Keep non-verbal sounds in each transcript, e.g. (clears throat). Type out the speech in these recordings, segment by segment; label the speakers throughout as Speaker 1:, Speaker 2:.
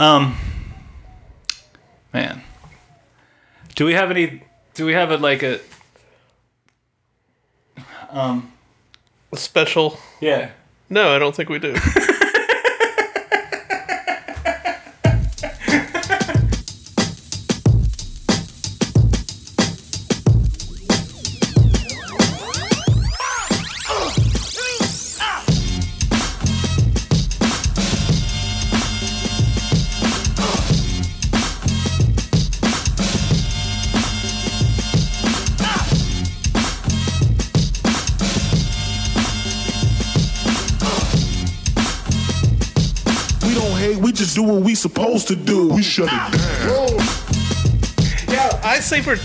Speaker 1: Um, man, do we have any? Do we have a like a? Um.
Speaker 2: Special?
Speaker 1: Yeah.
Speaker 2: No, I don't think
Speaker 1: (laughs)
Speaker 2: we do.
Speaker 3: We don't hate, we just do what we supposed to do. We shut it down.
Speaker 2: Yeah, I say for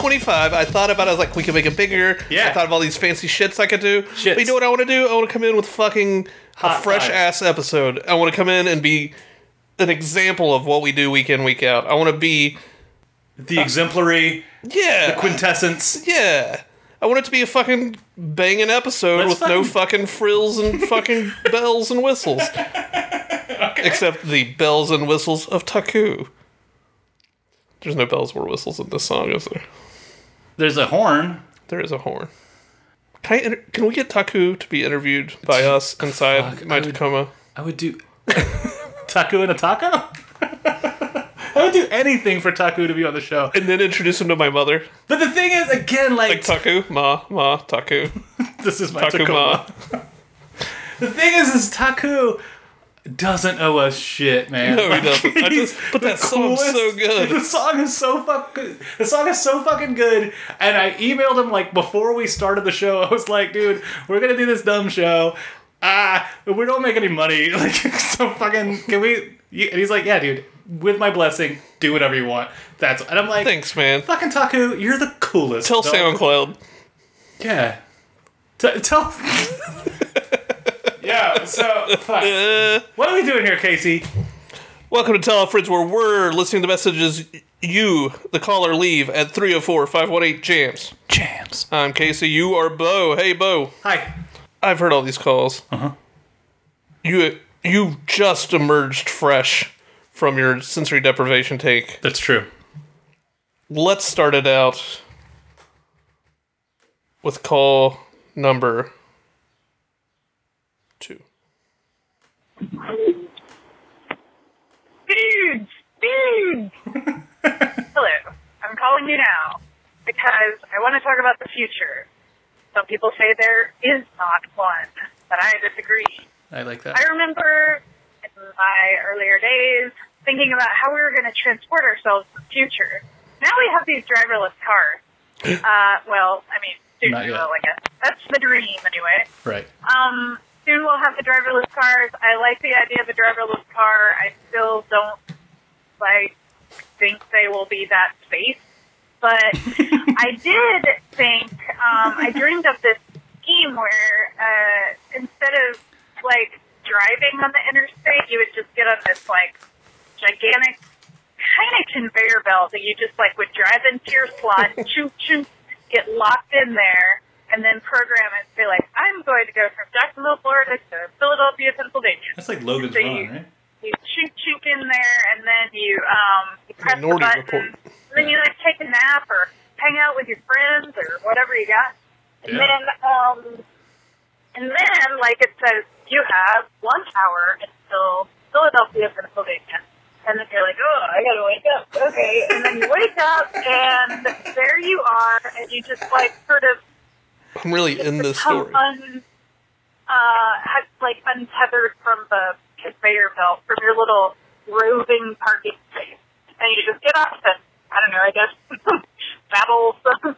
Speaker 2: 25, I thought about it. I was like, we could make it bigger.
Speaker 1: Yeah.
Speaker 2: I thought of all these fancy shits I could do.
Speaker 1: Shits.
Speaker 2: But you know what I want to do? I want to come in with fucking a
Speaker 1: Hot
Speaker 2: fresh
Speaker 1: fire.
Speaker 2: ass episode. I want to come in and be an example of what we do week in, week out. I want to be,
Speaker 1: The exemplary
Speaker 2: yeah.
Speaker 1: quintessence.
Speaker 2: yeah. I want it to be a fucking banging episode
Speaker 1: Let's
Speaker 2: with no fucking frills and
Speaker 1: (laughs)
Speaker 2: fucking bells and whistles. Except the bells and whistles of Taku. There's no bells or whistles in this song, is there?
Speaker 1: There's a horn.
Speaker 2: There is a horn. Can, I inter- can we get Taku to be interviewed by us inside
Speaker 1: Fuck,
Speaker 2: my
Speaker 1: I would-
Speaker 2: Tacoma?
Speaker 1: I would
Speaker 2: (laughs)
Speaker 1: do Taku and a taco. I would do anything for Taku to be on the show.
Speaker 2: And then introduce him to my mother.
Speaker 1: But the thing is, again, like,
Speaker 2: Like, Taku, ma, ma, Taku,
Speaker 1: (laughs) this is my
Speaker 2: Taku,
Speaker 1: Tacoma.
Speaker 2: ma.
Speaker 1: The thing is, is Taku doesn't owe us shit, man.
Speaker 2: No, he
Speaker 1: (laughs)
Speaker 2: doesn't. I
Speaker 1: he's
Speaker 2: just- but
Speaker 1: the
Speaker 2: that song's so good.
Speaker 1: (laughs) The song is so fucking. The song is so fucking good. And I emailed him like before we started the show. (laughs) I was like, dude, we're gonna do this dumb show. Ah, we don't make any money. (laughs) Like, so fucking. Can we? You, and he's like, yeah, dude. With my blessing, do whatever you want. That's. And I'm like,
Speaker 2: Thanks, man.
Speaker 1: fucking Taku, you're the coolest.
Speaker 2: Tell
Speaker 1: dog.
Speaker 2: SoundCloud.
Speaker 1: Yeah. T- tell. (laughs) yeah. So fuck.
Speaker 2: (laughs) Uh,
Speaker 1: What are we doing here, Casey?
Speaker 2: welcome to Tell Our Friends, where we're listening to messages you, the caller, leave at 304 518 Jams.
Speaker 1: Jams.
Speaker 2: I'm Casey. You are Bo. Hey, Bo.
Speaker 1: Hi.
Speaker 2: I've heard all these calls.
Speaker 1: Uh-huh.
Speaker 2: You you just emerged fresh from your sensory deprivation take.
Speaker 1: That's true.
Speaker 2: Let's start it out with call number two.
Speaker 4: Dudes!
Speaker 1: (laughs)
Speaker 4: Dudes! Hello. I'm calling you now because I want to talk about the future. Some people say there is not one, but I disagree.
Speaker 1: I like
Speaker 4: I
Speaker 1: that.
Speaker 4: remember in my earlier days thinking about how we were going to transport ourselves to the future. Now we have these driverless cars.
Speaker 1: (gasps)
Speaker 4: Uh, well, I mean, soon
Speaker 1: Not
Speaker 4: we
Speaker 1: yet.
Speaker 4: will, I guess. That's the dream, anyway.
Speaker 1: Right.
Speaker 4: Um, soon we'll have the driverless cars. I like the idea of the driverless car. I still don't like think they will be that safe,
Speaker 1: (laughs)
Speaker 4: but I did think um, I dreamed of this scheme where uh, instead of like driving on the interstate, you would just get on this like gigantic kind of conveyor belt that you just like would drive into your slot,
Speaker 1: (laughs)
Speaker 4: choo choo, get locked in there, and then program it to be like, I'm going to go from Jacksonville, Florida to Philadelphia, Pennsylvania.
Speaker 1: That's like Logan's
Speaker 4: So
Speaker 1: Run,
Speaker 4: you-
Speaker 1: right?
Speaker 4: You choot choot in there, and then you um you press the
Speaker 2: Minority
Speaker 4: button,
Speaker 2: Report.
Speaker 4: and then you like take a nap or hang out with your friends or whatever you got. And
Speaker 1: Yeah.
Speaker 4: then um and then, like it says, you have one hour until Philadelphia, Pennsylvania. And then you're like, oh, I gotta wake up. Okay. And then you wake up, and there you are, and you just like sort of
Speaker 2: I'm really in this
Speaker 4: become
Speaker 2: story.
Speaker 4: un, uh, have, like untethered from the conveyor belt from your little roving parking space, and you just get off and I don't know, I guess (laughs) battle some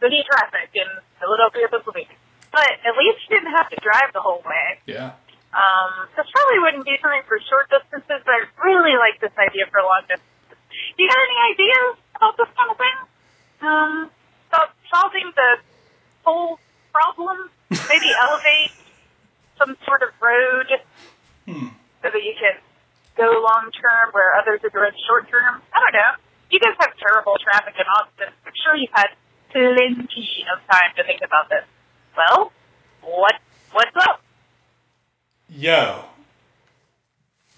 Speaker 4: city traffic in Philadelphia, Pennsylvania. But at least you didn't have to drive the whole way.
Speaker 1: Yeah.
Speaker 4: Um, this probably wouldn't be something for short distances, but I really like this idea for long distances. Do you got any ideas about this kind of thing? Um, about solving the whole problem? Maybe elevate some sort of road so that you can go long term where others are doing short term? I don't know. You guys have terrible traffic in Austin. I'm sure you've had plenty of time to think about this. Well, what what's up?
Speaker 1: Yo.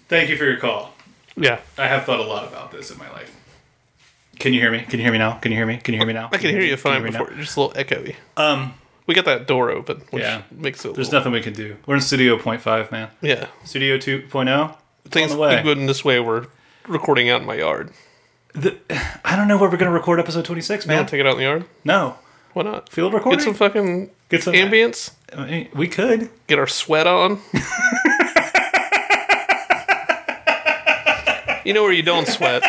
Speaker 1: Thank you for your call.
Speaker 2: Yeah.
Speaker 1: I have thought a lot about this in my life. Can you hear me? Can you hear me now? Can you hear me? Can you hear me now?
Speaker 2: I can hear you fine
Speaker 1: me now?
Speaker 2: before. Just a little echoey.
Speaker 1: Um,
Speaker 2: We got that door open, which
Speaker 1: Yeah.
Speaker 2: makes it. a
Speaker 1: there's
Speaker 2: little,
Speaker 1: nothing we can do. We're in Studio Point Five, man.
Speaker 2: Yeah.
Speaker 1: Studio 2.0.
Speaker 2: Things
Speaker 1: on the way.
Speaker 2: good in this way. We're recording out in my yard.
Speaker 1: The, I don't know where we're gonna record episode 26,
Speaker 2: You
Speaker 1: man.
Speaker 2: want to take it out in the yard?
Speaker 1: No,
Speaker 2: Why not?
Speaker 1: field recording.
Speaker 2: Get some fucking
Speaker 1: Get some-
Speaker 2: ambience.
Speaker 1: I mean, we could.
Speaker 2: Get our
Speaker 1: (laughs)
Speaker 2: sweat on. you know where you don't sweat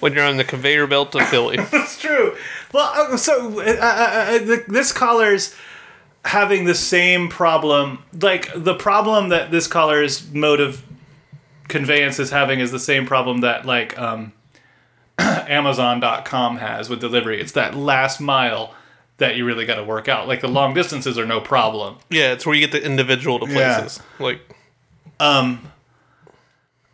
Speaker 2: when you're on the conveyor belt to
Speaker 1: (laughs)
Speaker 2: Philly.
Speaker 1: It's true. Well, uh, so uh, uh, uh, th- this caller's having the same problem. Like the problem that this caller's mode of conveyance is having is the same problem that like um, (clears throat) Amazon.com has with delivery. It's that last mile that you really got to work out. Like the long distances are no problem.
Speaker 2: Yeah, it's where you get the individual to
Speaker 1: Yeah.
Speaker 2: places. Like
Speaker 1: Um,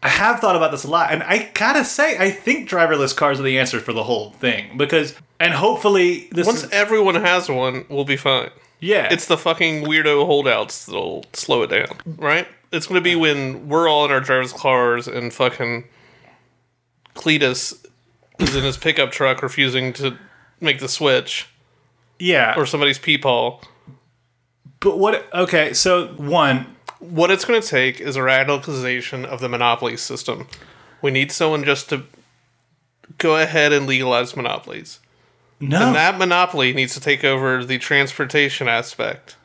Speaker 1: I have thought about this a lot, and I gotta say, I think driverless cars are the answer for the whole thing because, and hopefully, this
Speaker 2: once
Speaker 1: is,
Speaker 2: everyone has one, we'll be fine.
Speaker 1: yeah,
Speaker 2: It's the fucking weirdo holdouts that'll slow it down, right? It's gonna be when we're all in our driver's cars and fucking Cletus is in his pickup truck refusing to make the switch,
Speaker 1: yeah.
Speaker 2: or somebody's peepaw.
Speaker 1: but what? Okay, so one,
Speaker 2: What it's gonna take is a radicalization of the monopoly system. We need someone just to go ahead and legalize monopolies.
Speaker 1: no,
Speaker 2: And that monopoly needs to take over the transportation aspect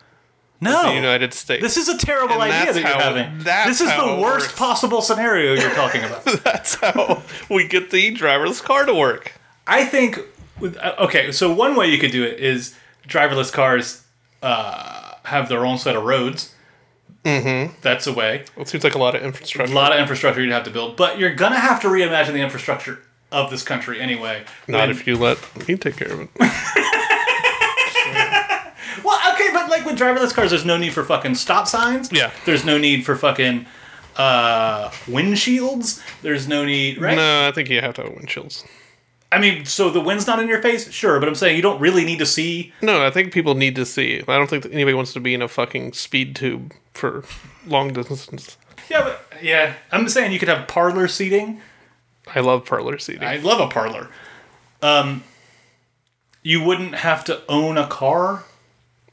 Speaker 2: of
Speaker 1: no,
Speaker 2: the United States.
Speaker 1: this is a terrible
Speaker 2: And
Speaker 1: idea
Speaker 2: that's
Speaker 1: that you're
Speaker 2: how-
Speaker 1: having.
Speaker 2: that's
Speaker 1: This is
Speaker 2: how
Speaker 1: the
Speaker 2: it
Speaker 1: worst
Speaker 2: works.
Speaker 1: possible scenario (laughs) you're talking about.
Speaker 2: (laughs) That's how we get the driverless car to work.
Speaker 1: I think with uh, okay, so one way you could do it is driverless cars uh, have their own set of roads. Mm-hmm. That's a way.
Speaker 2: It seems like a lot of
Speaker 1: a
Speaker 2: infrastructure.
Speaker 1: lot of infrastructure you'd have to build, but you're gonna have to reimagine the infrastructure of this country anyway.
Speaker 2: Not
Speaker 1: When-
Speaker 2: if you let me take care of it.
Speaker 1: well, okay, but like with driverless cars, there's no need for fucking stop signs.
Speaker 2: Yeah.
Speaker 1: There's no need for fucking uh, windshields. There's no need, right?
Speaker 2: No, I think you have to have windshields.
Speaker 1: I mean, so the wind's not in your face, sure, but I'm saying you don't really need to see.
Speaker 2: No, I think people need to see. I don't think that anybody wants to be in a fucking speed tube for long distance.
Speaker 1: Yeah, but yeah, I'm saying you could have parlor seating.
Speaker 2: I love parlor seating.
Speaker 1: I love a parlor. Um, you wouldn't have to own a car.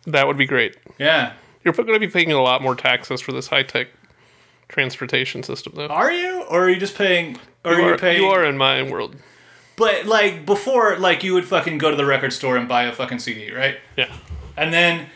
Speaker 2: that would be great.
Speaker 1: Yeah.
Speaker 2: You're going to be paying a lot more taxes for this high tech transportation system, though.
Speaker 1: Are you, or are you just paying? Or are you paying?
Speaker 2: you are in my world.
Speaker 1: But like before, like you would fucking go to the record store and buy a fucking CD, right?
Speaker 2: Yeah.
Speaker 1: And then,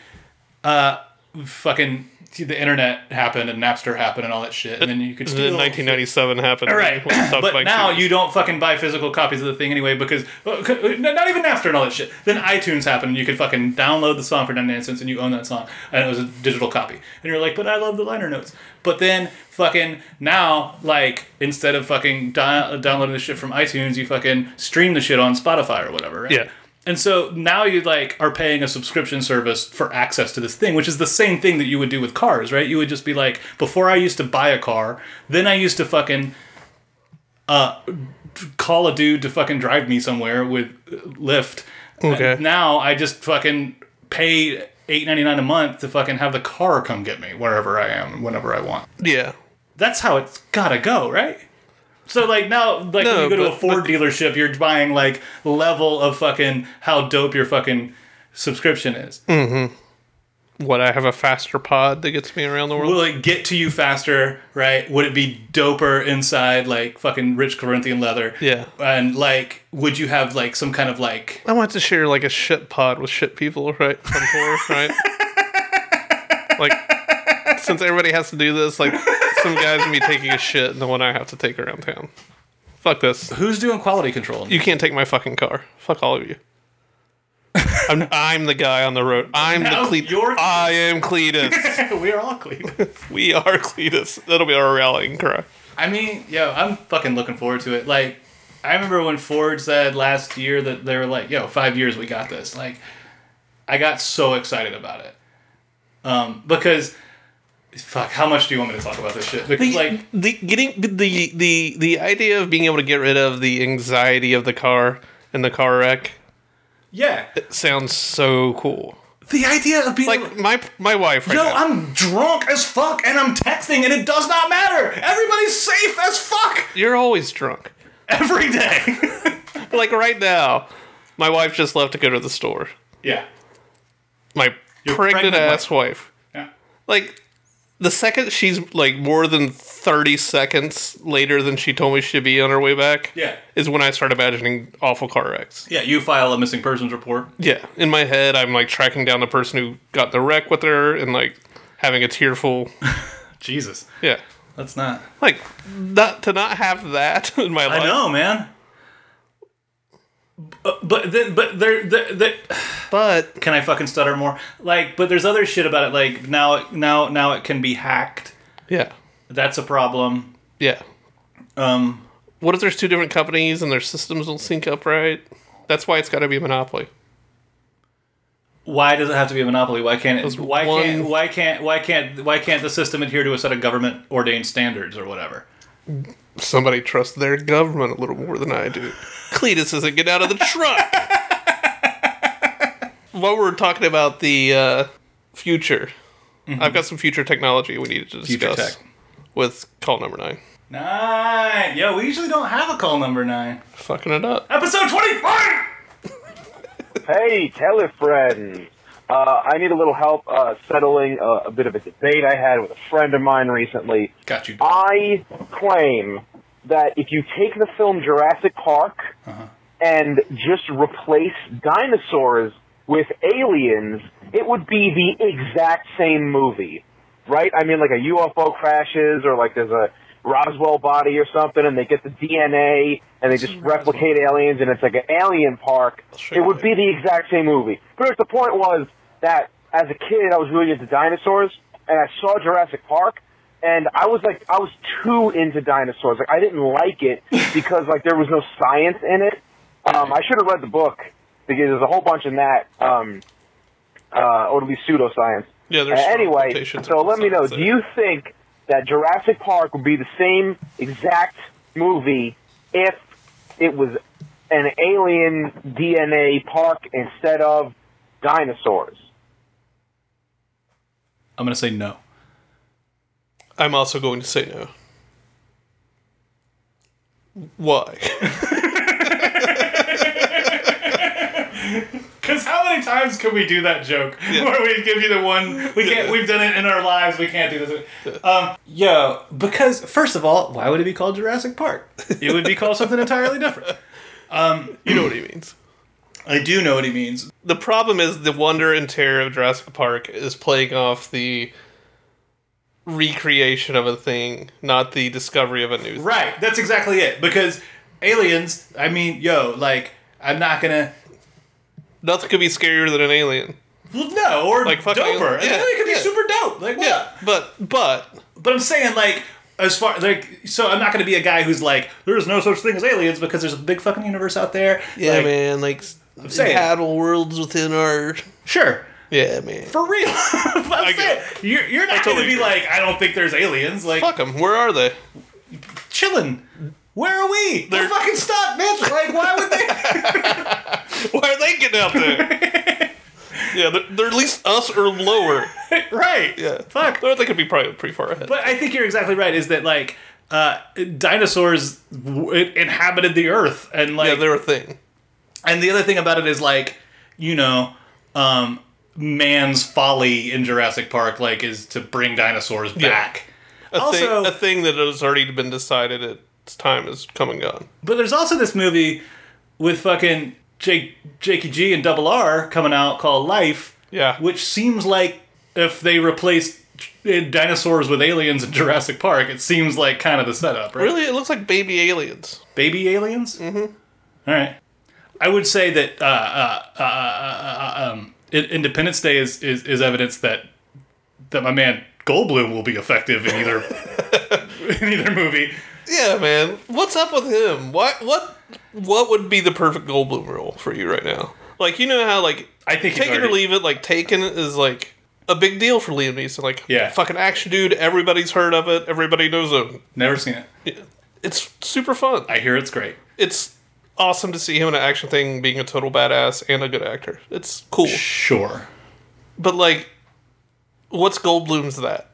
Speaker 1: uh, fucking the internet happened and Napster happened and all that shit, and then you could
Speaker 2: And
Speaker 1: steal.
Speaker 2: then 1997 happened.
Speaker 1: All right,
Speaker 2: People stopped
Speaker 1: but
Speaker 2: buying
Speaker 1: now
Speaker 2: CDs.
Speaker 1: you don't fucking buy physical copies of the thing anyway because uh, c- not even Napster and all that shit. Then iTunes happened and you could fucking download the song for 99 cents and you own that song and it was a digital copy. And you're like, but I love the liner notes. But then fucking now, like, instead of fucking di- downloading the shit from iTunes, you fucking stream the shit on Spotify or whatever, right?
Speaker 2: Yeah.
Speaker 1: And so now you like are paying a subscription service for access to this thing, which is the same thing that you would do with cars, right? You would just be like, before I used to buy a car, then I used to fucking uh, call a dude to fucking drive me somewhere with uh, Lyft.
Speaker 2: Okay.
Speaker 1: Now I just fucking pay eight ninety nine a month to fucking have the car come get me wherever I am, whenever I want.
Speaker 2: Yeah.
Speaker 1: That's how it's gotta go, right? So like now, like when
Speaker 2: No,
Speaker 1: you go to a
Speaker 2: but-
Speaker 1: Ford dealership, you're buying like level of fucking how dope your fucking subscription is.
Speaker 2: Mm-hmm. What, I have a faster pod that gets me around the world?
Speaker 1: Will it get to you faster, right? Would it be doper inside like fucking rich Corinthian leather?
Speaker 2: Yeah.
Speaker 1: And like, would you have like some kind of like?
Speaker 2: I want to share like a shit pod with shit people, right? On tour, right?
Speaker 1: (laughs)
Speaker 2: like, since everybody has to do this, like, some guy's gonna be taking a shit, and the one I have to take around town. Fuck this.
Speaker 1: Who's doing quality control?
Speaker 2: You can't take my fucking car. Fuck all of you. I'm, I'm the guy on the road. I'm
Speaker 1: Now
Speaker 2: the Cletus.
Speaker 1: you're-
Speaker 2: I am Cletus.
Speaker 1: (laughs) we are all clean.
Speaker 2: we are (laughs) Cletus. That'll be our rallying cry.
Speaker 1: I mean, yo, I'm fucking looking forward to it. Like, I remember when Ford said last year that they were like, yo, five years, we got this. Like, I got so excited about it. Um, because, fuck, how much do you want me to talk about this shit? Because, like,
Speaker 2: the getting the the the idea of being able to get rid of the anxiety
Speaker 1: The idea of being
Speaker 2: Like my my wife right
Speaker 1: Yo,
Speaker 2: now.
Speaker 1: I'm drunk as fuck and I'm texting and it does not matter. Everybody's safe as fuck
Speaker 2: You're always drunk.
Speaker 1: (laughs) every day.
Speaker 2: But like right now, my wife just left to go to the store.
Speaker 1: yeah.
Speaker 2: My pregnant,
Speaker 1: pregnant
Speaker 2: ass wife.
Speaker 1: Yeah.
Speaker 2: Like the second she's like more than thirty seconds later than she told me she'd be on her way back.
Speaker 1: Yeah.
Speaker 2: Is when I start imagining awful car wrecks.
Speaker 1: Yeah, you file a missing persons report.
Speaker 2: Yeah. In my head I'm like tracking down the person who got in the wreck with her and like having a tearful
Speaker 1: (laughs) Jesus.
Speaker 2: Yeah.
Speaker 1: That's not.
Speaker 2: Like not to not have that (laughs) in my life.
Speaker 1: I know, man. But, but then, but there, there, there,
Speaker 2: But
Speaker 1: (sighs) can I fucking stutter more? Like, but there's other shit about it. Like now, now, now it can be hacked.
Speaker 2: yeah.
Speaker 1: That's a problem.
Speaker 2: Yeah.
Speaker 1: Um,
Speaker 2: What if there's two different companies and their systems don't sync up right? That's why it's got to be a monopoly.
Speaker 1: why does it have to be a monopoly? Why can't it? Why
Speaker 2: one-
Speaker 1: can't? Why can't? Why can't? Why can't the system adhere to a set of government ordained standards or whatever?
Speaker 2: Somebody trusts their government a little more than I do. Cletus doesn't get out of
Speaker 1: (laughs)
Speaker 2: the truck. While we're talking about the uh, future, I've got some future technology we needed to
Speaker 1: Mm-hmm. Future
Speaker 2: discuss
Speaker 1: tech.
Speaker 2: with call number nine.
Speaker 1: Nine. Yo, we usually don't have a call number nine.
Speaker 2: Fucking it up.
Speaker 1: Episode twenty-one.
Speaker 5: Hey, telefriend. Uh, I need a little help uh, settling uh, a bit of a debate I had with a friend of mine recently.
Speaker 1: Got you.
Speaker 5: I claim that if you take the film Jurassic Park
Speaker 1: Uh-huh.
Speaker 5: and just replace dinosaurs with aliens, it would be the exact same movie, right? I mean, like a UFO crashes or like there's a Roswell body or something, and they get the DNA and they just replicate aliens, and it's like an alien park.
Speaker 2: show
Speaker 5: It
Speaker 2: you
Speaker 5: would be the exact same movie. But the point was that as a kid, I was really into dinosaurs, and I saw Jurassic Park, and I was like, I was too into dinosaurs. Like, I didn't like
Speaker 2: (laughs)
Speaker 5: it because like there was no science in it. Um, I should have read the book because there's a whole bunch in that, um, uh, or at least pseudoscience.
Speaker 2: Yeah, there's
Speaker 5: Uh, anyway.
Speaker 2: quotations
Speaker 5: So
Speaker 2: of
Speaker 5: let me know.
Speaker 2: science
Speaker 5: Do
Speaker 2: there.
Speaker 5: you think that Jurassic Park would be the same exact movie if it was an alien DNA park instead of dinosaurs?
Speaker 1: I'm gonna say no.
Speaker 2: I'm also going to say no. Why?
Speaker 1: Because how many times can we do that joke (laughs) where we give you the one we can't? We've done it in our lives. We can't do this. Um, yo, because first of all, why would it be called Jurassic Park? It would be called something entirely different. Um,
Speaker 2: you know what he means.
Speaker 1: I do know what he means.
Speaker 2: the problem is the wonder and terror of Jurassic Park is playing off the recreation of a thing, not the discovery of a new thing.
Speaker 1: Right. That's exactly it. Because aliens. I mean, yo, like I'm not gonna.
Speaker 2: Nothing could be scarier than an alien.
Speaker 1: Well, no, or
Speaker 2: Like, fuck
Speaker 1: doper.
Speaker 2: alien- yeah,
Speaker 1: An alien could be
Speaker 2: yeah.
Speaker 1: super dope. Like what?
Speaker 2: Yeah, but but
Speaker 1: But I'm saying like. As far like so, I'm not going to be a guy who's like, there is no such thing as aliens because there's a big fucking universe out there. Like,
Speaker 2: man, like I'm
Speaker 1: saying-
Speaker 2: worlds within our
Speaker 1: Sure,
Speaker 2: yeah man.
Speaker 1: For real. (laughs) I'm
Speaker 2: get
Speaker 1: saying, you're, you're not
Speaker 2: totally
Speaker 1: going to be
Speaker 2: agree.
Speaker 1: like, I don't think there's aliens. Like,
Speaker 2: Fuck them. Where are they?
Speaker 1: chillin'. Where are we? We're
Speaker 2: They're-
Speaker 1: fucking stuck, bitch. Like, why would they?
Speaker 2: (laughs) Why are they getting out there? yeah, they're, they're at least us or lower.
Speaker 1: (laughs) right.
Speaker 2: Yeah,
Speaker 1: Fuck.
Speaker 2: Or they could be probably pretty far ahead.
Speaker 1: But I think you're exactly right, is that, like, uh, dinosaurs w- inhabited the earth. And, like,
Speaker 2: yeah, they're a thing.
Speaker 1: And the other thing about it is like, you know, um, man's folly in Jurassic Park like is to bring dinosaurs back.
Speaker 2: A
Speaker 1: Also-
Speaker 2: thing, a thing that has already been decided. Its time is come and gone.
Speaker 1: But there's also this movie with fucking Jake Jakey G and Double R coming out called Life.
Speaker 2: Yeah.
Speaker 1: Which seems like if they replaced uh, dinosaurs with aliens in Jurassic Park, it seems like kind of the setup, right?
Speaker 2: Really, it looks like baby aliens.
Speaker 1: Baby aliens? Mm-hmm. All right. I would say that uh, uh, uh, uh, uh, um, I- Independence Day is, is, is evidence that that my man Goldblum will be effective in
Speaker 2: (laughs)
Speaker 1: either in (laughs) either movie.
Speaker 2: Yeah, man. What's up with him? What what what would be the perfect Goldblum role for you right now? Like you know how like
Speaker 1: I think he's
Speaker 2: take it or
Speaker 1: already-
Speaker 2: leave it. Like Taken is like a big deal for Liam Neeson. Like
Speaker 1: Yeah.
Speaker 2: fucking action dude. Everybody's heard of it. Everybody knows him.
Speaker 1: Never seen it.
Speaker 2: Yeah. It's super fun.
Speaker 1: I hear it's great.
Speaker 2: It's awesome to see him in an action thing, being a total badass and a good actor. It's cool.
Speaker 1: Sure.
Speaker 2: But like, what's Goldblum's that?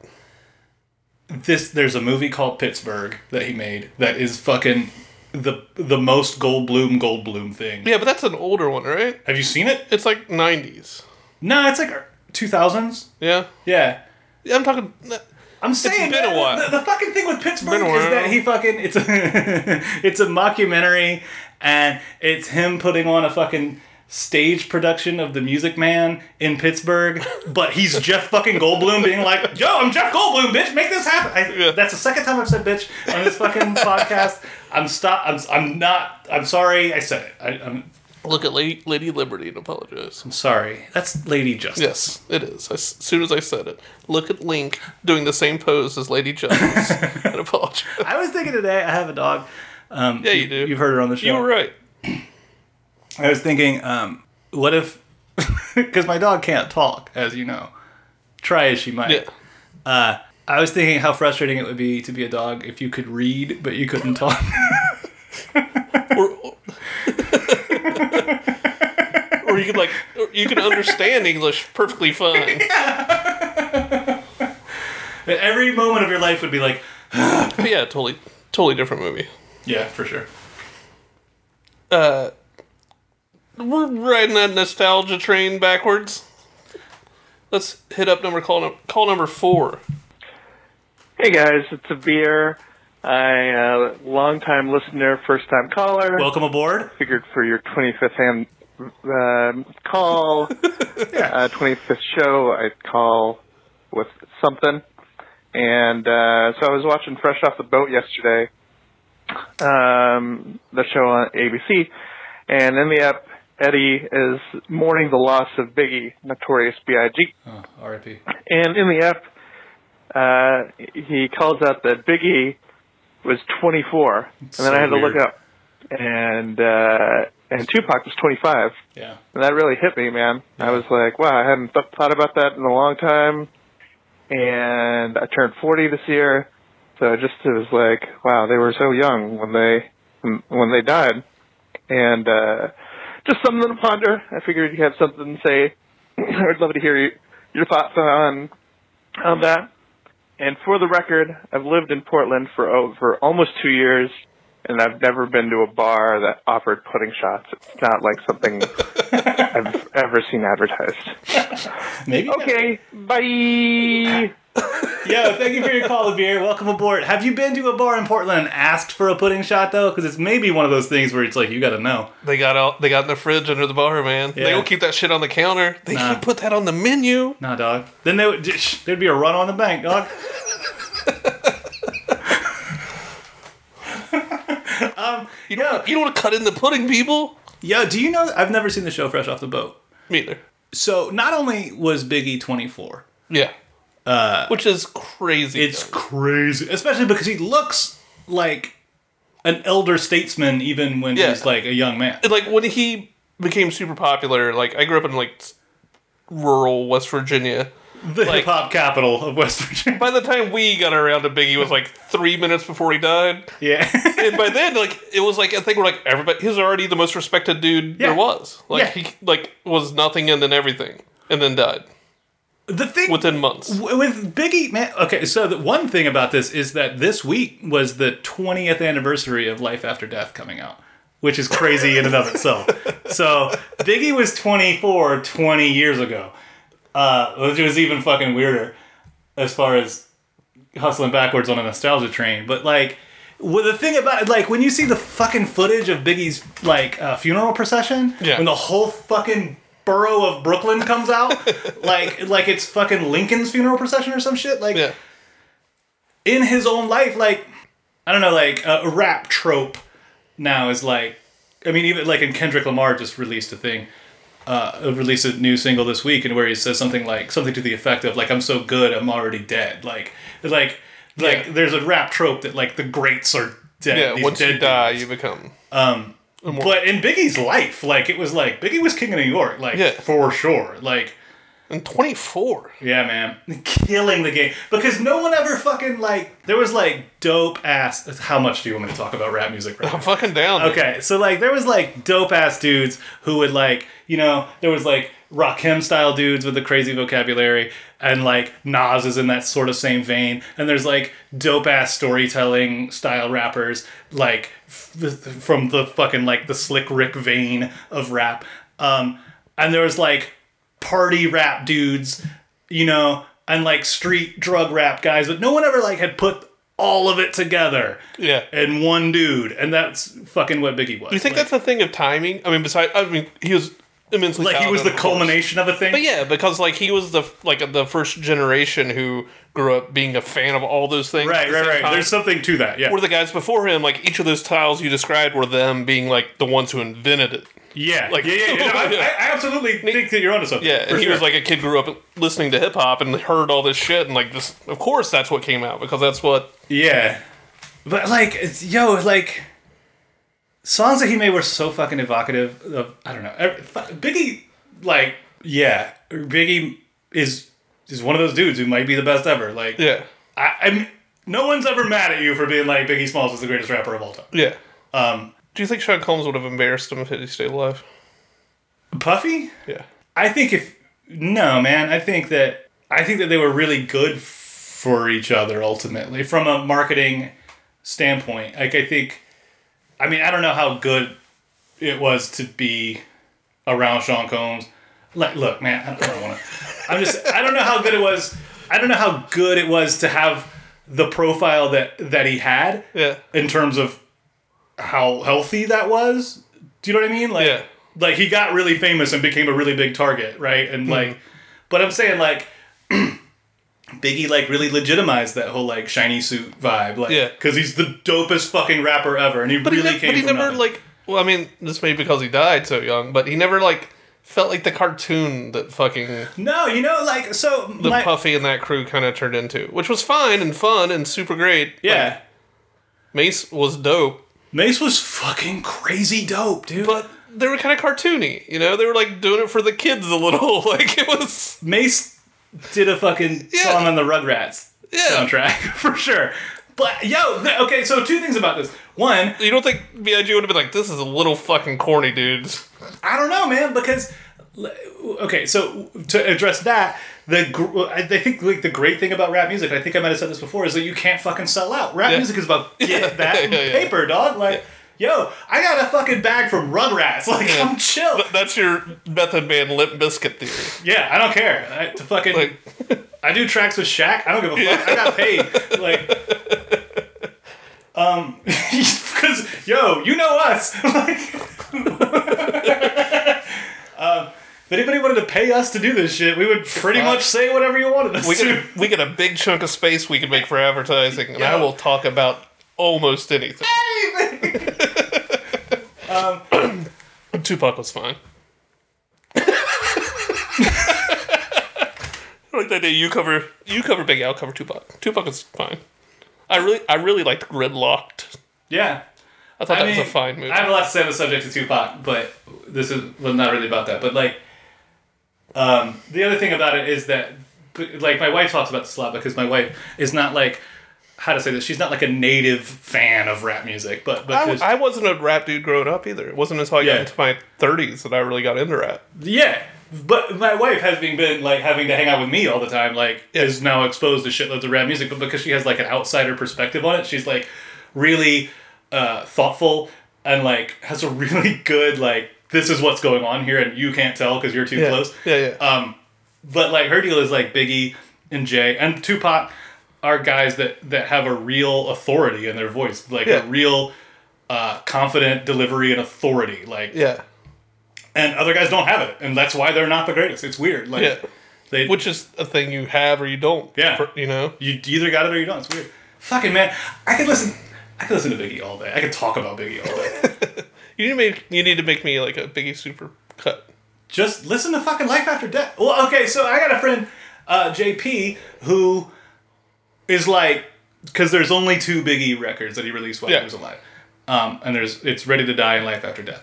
Speaker 1: This there's a movie called Pittsburgh that he made that is fucking the the most Goldblum Goldblum thing.
Speaker 2: Yeah, but that's an older one, right?
Speaker 1: Have you seen it?
Speaker 2: It's like '90s.
Speaker 1: No, it's like two thousands.
Speaker 2: Yeah,
Speaker 1: Yeah.
Speaker 2: yeah I'm talking.
Speaker 1: I'm saying
Speaker 2: been a
Speaker 1: man,
Speaker 2: while.
Speaker 1: The, the fucking thing with Pittsburgh
Speaker 2: Been a
Speaker 1: is that
Speaker 2: while.
Speaker 1: he fucking it's a it's a (laughs) mockumentary and it's him putting on a fucking stage production of The Music Man in
Speaker 2: (laughs)
Speaker 1: Pittsburgh, but he's Jeff fucking Goldblum being like, "Yo, I'm Jeff Goldblum, bitch, make this happen." I,
Speaker 2: Yeah.
Speaker 1: That's the second time I've said bitch on this
Speaker 2: (laughs)
Speaker 1: fucking podcast. I'm stop. I'm I'm not. I'm sorry. I said it. I, I'm
Speaker 2: Look at Lady, Lady Liberty and apologize.
Speaker 1: sorry. That's Lady Justice.
Speaker 2: Yes, it is. As soon as I said it, look at Link doing the same pose as Lady
Speaker 1: (laughs)
Speaker 2: Justice and apologize.
Speaker 1: I was thinking today. I have a dog. Um,
Speaker 2: Yeah, you do.
Speaker 1: You've heard it on the show.
Speaker 2: You were right.
Speaker 1: I was thinking, um, what if? (laughs) Because my dog can't talk, as you know. Try as she might. Uh,
Speaker 2: Yeah.
Speaker 1: I was thinking how frustrating it would be to be a dog if you could read but you couldn't talk. (laughs)
Speaker 2: Or, or you could like or you could understand English perfectly fine.
Speaker 1: Every moment of your life would be like, (gasps)
Speaker 2: But yeah, totally totally different movie.
Speaker 1: yeah, for sure.
Speaker 2: Uh, We're riding that nostalgia train backwards. Let's hit up number call num- call number four.
Speaker 6: Hey guys, it's a beer. I uh, long time listener, first time caller.
Speaker 1: Welcome aboard.
Speaker 6: figured for your 25th and um
Speaker 1: (laughs)
Speaker 6: call, uh, 25th show, I'd call with something. And uh, so I was watching Fresh Off the Boat yesterday, um, the show on ABC, and in the app, Eddie is mourning the loss of Biggie, Notorious B.I.G.
Speaker 1: Oh, R.I.P.
Speaker 6: And in the app, uh, he calls out that Biggie was 24, and then
Speaker 1: so
Speaker 6: I had to
Speaker 1: weird.
Speaker 6: look up, and uh, and Tupac was 25,
Speaker 1: Yeah.
Speaker 6: and that really hit me, man. I was like, wow, I hadn't th- thought about that in a long time, and I turned 40 this year, so I just it was like, wow, they were so young when they when they died, and uh, just something to ponder. I figured you have something to say. (clears throat) I would love to hear you, your thoughts on on that. And for the record, I've lived in Portland for over almost two years, and I've never been to a bar that offered pudding shots. It's not like something I've ever seen advertised.
Speaker 1: Maybe.
Speaker 6: Okay, bye.
Speaker 1: Yo, thank you for your call, beer. Welcome aboard. Have you been to a bar in Portland and asked for a pudding shot though? Because it's maybe one of those things where it's like you got to know.
Speaker 2: They got out. They got in the fridge under the bar, man.
Speaker 1: Yeah.
Speaker 2: They don't keep that shit on the counter. They
Speaker 1: Nah.
Speaker 2: can put that on the menu.
Speaker 1: Nah, dog. Then they would, there'd be a run on the bank,
Speaker 2: (laughs)
Speaker 1: dog.
Speaker 2: You don't. You don't want to cut in the pudding, people.
Speaker 1: Um, Yo, do you know? I've never seen the show Fresh Off the Boat.
Speaker 2: Me either.
Speaker 1: So not only was Biggie 24,
Speaker 2: Yeah. Uh, Which is crazy.
Speaker 1: it's crazy, especially because he looks like an elder statesman even when
Speaker 2: Yeah.
Speaker 1: he's like a young man.
Speaker 2: like when he became super popular. Like I grew up in like s- rural West Virginia.
Speaker 1: The hip hop capital of West Virginia.
Speaker 2: By the time we got around to Biggie was like three minutes before he died,
Speaker 1: yeah. (laughs)
Speaker 2: and by then like it was like I think we're like everybody. He's already the most respected dude
Speaker 1: Yeah.
Speaker 2: there was. Like
Speaker 1: Yeah.
Speaker 2: he like was nothing and then everything, and then died
Speaker 1: the thing
Speaker 2: within months.
Speaker 1: w- with Biggie, man. Okay, so the one thing about this is that this week was the 20th anniversary of Life After Death coming out, which is crazy in and of itself. So Biggie was 24 20 years ago, uh, which was even fucking weirder as far as hustling backwards on a nostalgia train. But like, well, the thing about it, like when you see the fucking footage of Biggie's like uh, funeral procession,
Speaker 2: Yeah.
Speaker 1: when the whole fucking borough of Brooklyn comes
Speaker 2: (laughs)
Speaker 1: out, like like it's fucking Lincoln's funeral procession or some shit. Like
Speaker 2: Yeah.
Speaker 1: in his own life, like I don't know, like a rap trope now is like, I mean, even like in Kendrick Lamar just released a thing. Uh, released a new single this week, and where he says something like something to the effect of like "I'm so good, I'm already dead." Like, like, like
Speaker 2: Yeah.
Speaker 1: there's a rap trope that like the greats are dead.
Speaker 2: Yeah,
Speaker 1: these
Speaker 2: once you
Speaker 1: dead
Speaker 2: die,
Speaker 1: dudes. Um,
Speaker 2: you become.
Speaker 1: But in Biggie's life, like it was like Biggie was king of New York, like
Speaker 2: Yeah.
Speaker 1: for sure. Like,
Speaker 2: And 24.
Speaker 1: yeah, man, (laughs) killing the game because no one ever fucking like there was like dope ass. How much do you want me to talk about rap music? Right now?
Speaker 2: I'm fucking down.
Speaker 1: Okay, so like there was like dope ass dudes who would like you know there was like Rakim style dudes with the crazy vocabulary, and like Nas is in that sort of same vein. And there's like dope ass storytelling style rappers, like f- from the fucking like the slick Rick vein of rap. Um, and there's like party rap dudes, you know, and like street drug rap guys, but no one ever like had put all of it together
Speaker 2: Yeah.
Speaker 1: and one dude, and that's fucking what Biggie was.
Speaker 2: Do you think
Speaker 1: like,
Speaker 2: that's a thing of timing? I mean, besides, I mean, he was immensely
Speaker 1: like he was the
Speaker 2: talented, of course.
Speaker 1: culmination of a thing?
Speaker 2: But yeah, because like he was the like the first generation who grew up being a fan of all those things. at
Speaker 1: right,
Speaker 2: the
Speaker 1: right,
Speaker 2: same
Speaker 1: right.
Speaker 2: time.
Speaker 1: There's something to that. Yeah,
Speaker 2: Where the guys before him, like each of those tiles you described, were them being like the ones who invented it.
Speaker 1: yeah,
Speaker 2: like-
Speaker 1: yeah, yeah. yeah. No, (laughs) I, I- I absolutely think that you're onto something.
Speaker 2: Yeah,
Speaker 1: for
Speaker 2: and he
Speaker 1: sure.
Speaker 2: was like a kid grew up listening to hip hop and heard all this shit and like this. Of course, that's what came out because that's what
Speaker 1: yeah, but like, it's, yo, like. Songs that he made were so fucking evocative of I don't know every, fu- Biggie like yeah Biggie is is one of those dudes who might be the best ever like
Speaker 2: yeah
Speaker 1: I, I'm no one's ever mad at you for being like Biggie Smalls is the greatest rapper of all time
Speaker 2: yeah.
Speaker 1: um
Speaker 2: Do you think Sean Combs would have embarrassed him if he stayed alive?
Speaker 1: Puffy
Speaker 2: Yeah,
Speaker 1: I think if no man, I think that I think that they were really good f- for each other ultimately from a marketing standpoint. Like I think, I mean I don't know how good it was to be around Sean Combs. Like look, man, I don't want to. I'm just I don't know how good it was. I don't know how good it was to have the profile that that he had
Speaker 2: yeah,
Speaker 1: in terms of how healthy that was. Do you know what I mean? Like,
Speaker 2: Yeah.
Speaker 1: like he got really famous and became a really big target, right? And
Speaker 2: Hmm.
Speaker 1: like, but I'm saying like, (clears throat) Biggie like really legitimized that whole like shiny suit vibe, like,
Speaker 2: Yeah.
Speaker 1: because he's the dopest fucking rapper ever, and he
Speaker 2: but
Speaker 1: really
Speaker 2: he, ne-
Speaker 1: came.
Speaker 2: but he
Speaker 1: from
Speaker 2: never
Speaker 1: nothing.
Speaker 2: like. Well, I mean, this may be because he died so young, but he never like felt like the cartoon that fucking
Speaker 1: no, you know, like so
Speaker 2: the
Speaker 1: my-
Speaker 2: Puffy and that crew kind of turned into, which was fine and fun and super great.
Speaker 1: yeah.
Speaker 2: Mace was dope,
Speaker 1: Mace was fucking crazy dope, dude.
Speaker 2: but they were kind of cartoony. You know, they were like doing it for the kids a little. (laughs) Like it was,
Speaker 1: Mace did a fucking
Speaker 2: Yeah.
Speaker 1: song on the Rugrats (laughs)
Speaker 2: yeah.
Speaker 1: soundtrack for sure. But yo, th- okay, so two things about this. One,
Speaker 2: You don't think Big would have been like, "This is a little fucking corny, dudes."
Speaker 1: I don't know, man, because okay, so to address that, the gr- I I think like the great thing about rap music, I think I might have said this before, is that you can't fucking sell out. Rap
Speaker 2: Yeah.
Speaker 1: music is about get that
Speaker 2: (laughs) Yeah, yeah.
Speaker 1: paper, dog. Like, yo, I got a fucking bag from Rugrats. (laughs) Like,
Speaker 2: Yeah.
Speaker 1: I'm chill.
Speaker 2: That's your Method Man Lip Biscuit theory.
Speaker 1: yeah, I don't care. I, to fucking,
Speaker 2: Like, (laughs)
Speaker 1: I do tracks with Shaq. I don't give a fuck. I got paid. Like. Um, (laughs) because yo, you know us. (laughs) like, Uh, if anybody wanted to pay us to do this shit, we would pretty much say whatever you wanted us
Speaker 2: we
Speaker 1: to.
Speaker 2: get we get a big chunk of space we can make for advertising, and I will talk about almost anything.
Speaker 1: Um,
Speaker 2: Tupac was fine. (laughs) I like that day you cover you cover Big Al, cover Tupac. Tupac is fine. I really I really liked Gridlocked.
Speaker 1: Yeah,
Speaker 2: I thought
Speaker 1: I
Speaker 2: that
Speaker 1: mean,
Speaker 2: was a fine movie.
Speaker 1: I have a lot to say on the subject of Tupac, but this is well, not really about that. But like, um, the other thing about it is that, but, like, my wife talks about this a lot because my wife is not like, how to say this? She's not like a native fan of rap music, but
Speaker 2: I,
Speaker 1: because
Speaker 2: I wasn't a rap dude growing up either. It wasn't until I
Speaker 1: Yeah.
Speaker 2: got into my 30s that I really got into rap.
Speaker 1: yeah. But my wife has been, been like having to hang out with me all the time, like is now exposed to shitloads of rap music. But because she has like an outsider perspective on it, she's like really uh, thoughtful and like has a (laughs) really good like this is what's going on here, and you can't tell because you're too close.
Speaker 2: Yeah, yeah.
Speaker 1: Um, but like her deal is like Biggie and Jay and Tupac are guys that that have a real authority in their voice, like
Speaker 2: Yeah.
Speaker 1: a real uh, confident delivery and authority. Like,
Speaker 2: yeah.
Speaker 1: and other guys don't have it, and that's why they're not the greatest. It's weird. Like,
Speaker 2: Yeah.
Speaker 1: they
Speaker 2: Which is a thing you have or you don't.
Speaker 1: Yeah.
Speaker 2: for- you know?
Speaker 1: you either got it or you don't. It's weird. Fucking man, I could listen. I could listen to Biggie all day. I could talk about Biggie all day.
Speaker 2: (laughs) You need to make you need to make me like a Biggie super cut.
Speaker 1: Just listen to fucking Life After Death. Well, okay, so I got a friend, uh, JP, who is like, because there's only two Biggie records that he released while
Speaker 2: Yeah.
Speaker 1: he was alive, um, and there's it's Ready to Die and Life After Death,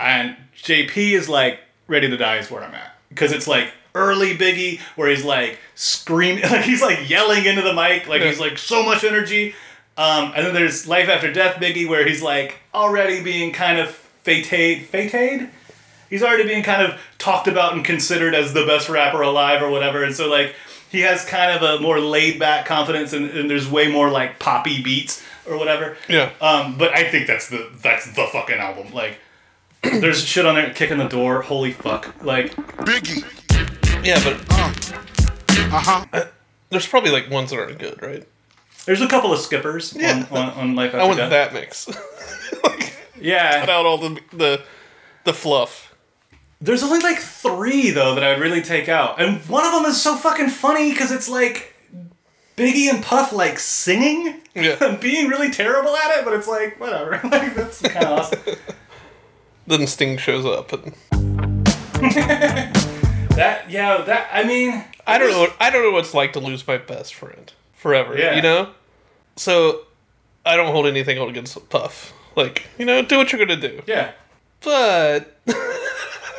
Speaker 1: and JP is like Ready to Die is where I'm at because it's like early Biggie where he's like screaming, (laughs) like he's like yelling into the mic, like
Speaker 2: Yeah.
Speaker 1: he's like so much energy, um, and then there's Life After Death Biggie where he's like already being kind of fatade, fatade. he's already being kind of talked about and considered as the best rapper alive or whatever, and so like he has kind of a more laid back confidence, and, and there's way more like poppy beats or whatever.
Speaker 2: Yeah.
Speaker 1: Um, but I think that's the that's the fucking album. Like, (clears throat) there's shit on there, kicking the door. Holy fuck! Like,
Speaker 3: Biggie.
Speaker 2: Yeah, but
Speaker 3: Uh huh.
Speaker 2: there's probably like ones that aren't good, right?
Speaker 1: there's a couple of skippers
Speaker 2: Yeah.
Speaker 1: on, on, on Life After
Speaker 2: I want
Speaker 1: Death.
Speaker 2: that mix. like,
Speaker 1: Yeah.
Speaker 2: cut out all the the the fluff.
Speaker 1: There's only like three though that I would really take out, and one of them is so fucking funny because it's like Biggie and Puff like singing
Speaker 2: Yeah,
Speaker 1: and (laughs) being really terrible at it, but it's like whatever. (laughs) like that's kind of awesome.
Speaker 2: then Sting shows up, and
Speaker 1: That yeah, that I mean,
Speaker 2: I don't know. I don't know what it's like to lose my best friend forever.
Speaker 1: Yeah.
Speaker 2: You know, so I don't hold anything against Puff. Like, you know, do what you're gonna do.
Speaker 1: yeah. (laughs)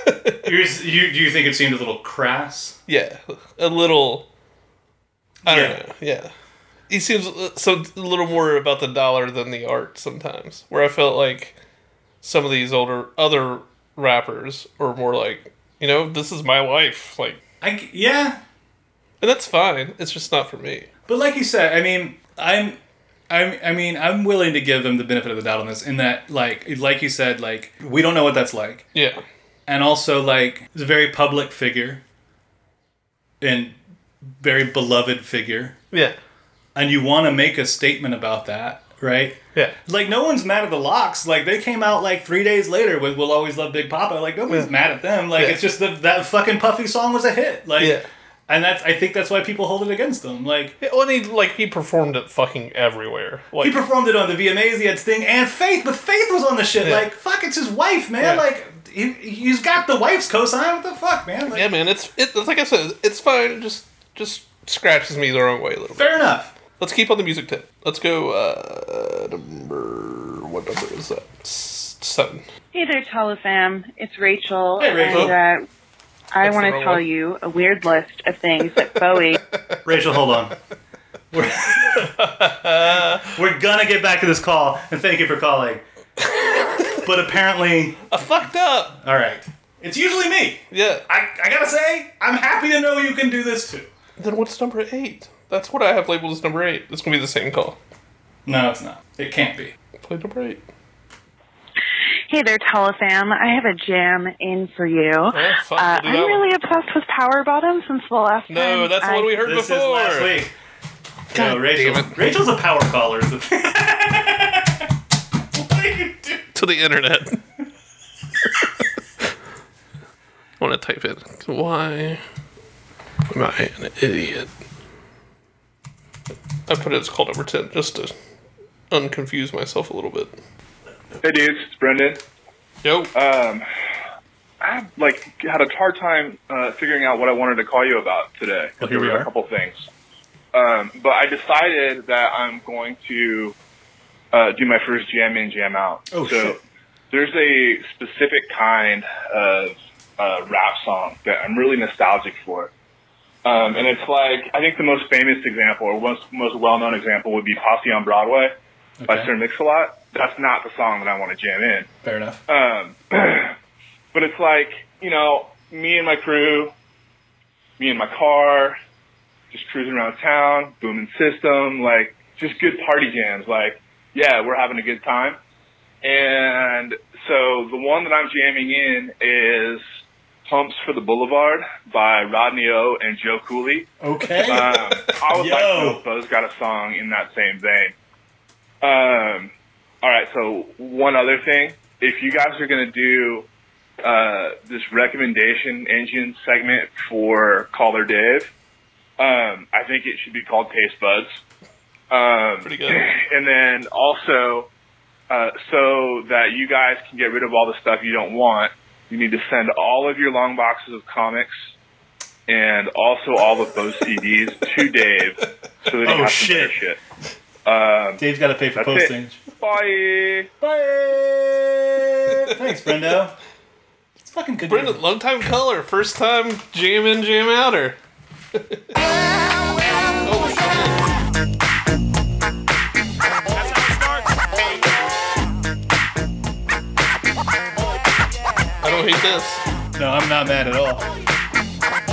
Speaker 2: But
Speaker 1: You're, s- you do you think it seemed a little crass?
Speaker 2: yeah, a little. I don't
Speaker 1: Yeah.
Speaker 2: know. Yeah, he seems uh, so a little more about the dollar than the art sometimes. Where I felt like some of these older other rappers are more like, you know, this is my life. Like,
Speaker 1: I g- yeah,
Speaker 2: and that's fine. It's just not for me.
Speaker 1: But like you said, I mean, I'm, I'm, I mean, I'm willing to give them the benefit of the doubt on this. In that, like, like you said, like we don't know what that's like,
Speaker 2: Yeah,
Speaker 1: and also like it's a very public figure, and very beloved figure,
Speaker 2: yeah,
Speaker 1: and you want to make a statement about that, right?
Speaker 2: yeah,
Speaker 1: Like no one's mad at the Locks. Like they came out like three days later with "We'll Always Love Big Papa." Like nobody's
Speaker 2: Yeah.
Speaker 1: mad at them. Like
Speaker 2: Yeah.
Speaker 1: it's just that that fucking Puffy song was a hit. Like,
Speaker 2: yeah.
Speaker 1: and that's I think that's why people hold it against them. Like
Speaker 2: Yeah, well, and he like he performed it fucking everywhere. Like,
Speaker 1: He performed it on the VMAs. He had Sting and Faith, but Faith was on the shit.
Speaker 2: Yeah.
Speaker 1: Like, fuck, it's his wife, man.
Speaker 2: Yeah.
Speaker 1: Like, he, he's got the wife's cosign. What the fuck, man? Like,
Speaker 2: (laughs) yeah, man, it's it, it's like I said, it's fine. Just just scratches me the wrong way a little bit.
Speaker 1: Fair enough.
Speaker 2: Let's keep on the music tip. Let's go. uh Number what number is that? S- Seven.
Speaker 7: Hey there, Telefam. It's Rachel.
Speaker 1: Hey, Rachel.
Speaker 7: And, uh, I
Speaker 2: That's
Speaker 7: want
Speaker 2: the
Speaker 7: to
Speaker 2: wrong
Speaker 7: tell
Speaker 2: one.
Speaker 7: you a weird list of things that
Speaker 2: (laughs)
Speaker 7: Bowie.
Speaker 1: (laughs) Rachel, hold on. (laughs) We're, we're gonna get back to this call, and thank you for calling. But apparently,
Speaker 2: I Uh, fucked up.
Speaker 1: all right. It's usually me.
Speaker 2: Yeah.
Speaker 1: I, I gotta say, I'm happy to know you can do this too.
Speaker 2: Then what's number eight? That's what I have labeled as number eight. It's gonna be the same call.
Speaker 1: No, it's not. It can't be.
Speaker 2: Play number eight.
Speaker 7: hey there, Telefam. I have a jam in for you.
Speaker 2: Oh, fuck,
Speaker 7: uh,
Speaker 2: we'll
Speaker 7: I'm
Speaker 2: do that one.
Speaker 7: really obsessed with Power Bottom since the last time.
Speaker 8: Um,
Speaker 2: No, that's the
Speaker 7: I-
Speaker 2: one we heard
Speaker 1: This
Speaker 2: before.
Speaker 1: is last week.
Speaker 2: God
Speaker 1: no, Rachel.
Speaker 2: damn it.
Speaker 1: Rachel's a power
Speaker 8: (laughs)
Speaker 1: caller. is the thing. what are you doing?
Speaker 2: to the internet. (laughs) I want to type in. Why am I an idiot? I put it as call number 10 just to unconfuse myself a little bit.
Speaker 8: Hey dudes, it's Brendan.
Speaker 2: Yo.
Speaker 8: Um, I like had a hard time uh, figuring out what I wanted to call you about today.
Speaker 1: Well, here we
Speaker 8: There were
Speaker 1: are.
Speaker 8: A couple things, um, but I decided that I'm going to uh, do my first jam in, jam out.
Speaker 1: Oh,
Speaker 8: so
Speaker 1: shit.
Speaker 8: there's a specific kind of uh, rap song that I'm really nostalgic for. Um, and it's like I think the most famous example or most most well known example would be Posse on Broadway by
Speaker 1: Okay.
Speaker 8: Sir Mix-a-Lot. That's not the song that I want to jam in.
Speaker 1: Fair enough.
Speaker 8: Um, (clears throat) but it's like, you know, me and my crew, me and my car, just cruising around town, booming system, like, just good party jams. Like, yeah, we're having a good time. And so the one that I'm jamming in is Pumps for the Boulevard by Rodney O and Joe Cooley.
Speaker 1: Okay.
Speaker 8: Um, I would
Speaker 1: Yo.
Speaker 8: like to know if Bo's got a song in that same vein. Um, all right, so one other thing. If you guys are going to do uh, this recommendation engine segment for Caller Dave, um, I think it should be called Taste Buds. Um,
Speaker 2: Pretty good.
Speaker 8: (laughs) And then also, uh, so that you guys can get rid of all the stuff you don't want, you need to send all of your long boxes of comics and also all of those CDs to Dave so that he
Speaker 1: (laughs) Oh,
Speaker 8: has some
Speaker 1: shit.
Speaker 8: better shit. Um,
Speaker 1: Dave's got to pay for
Speaker 8: That's it.
Speaker 1: postage.
Speaker 8: bye.
Speaker 1: Bye. (laughs) Thanks, Brendo. It's fucking good.
Speaker 2: Brendan, long time color, first time jam in, jam outer. oh, shit. I don't hate this.
Speaker 1: No, I'm not mad at all.
Speaker 2: (laughs)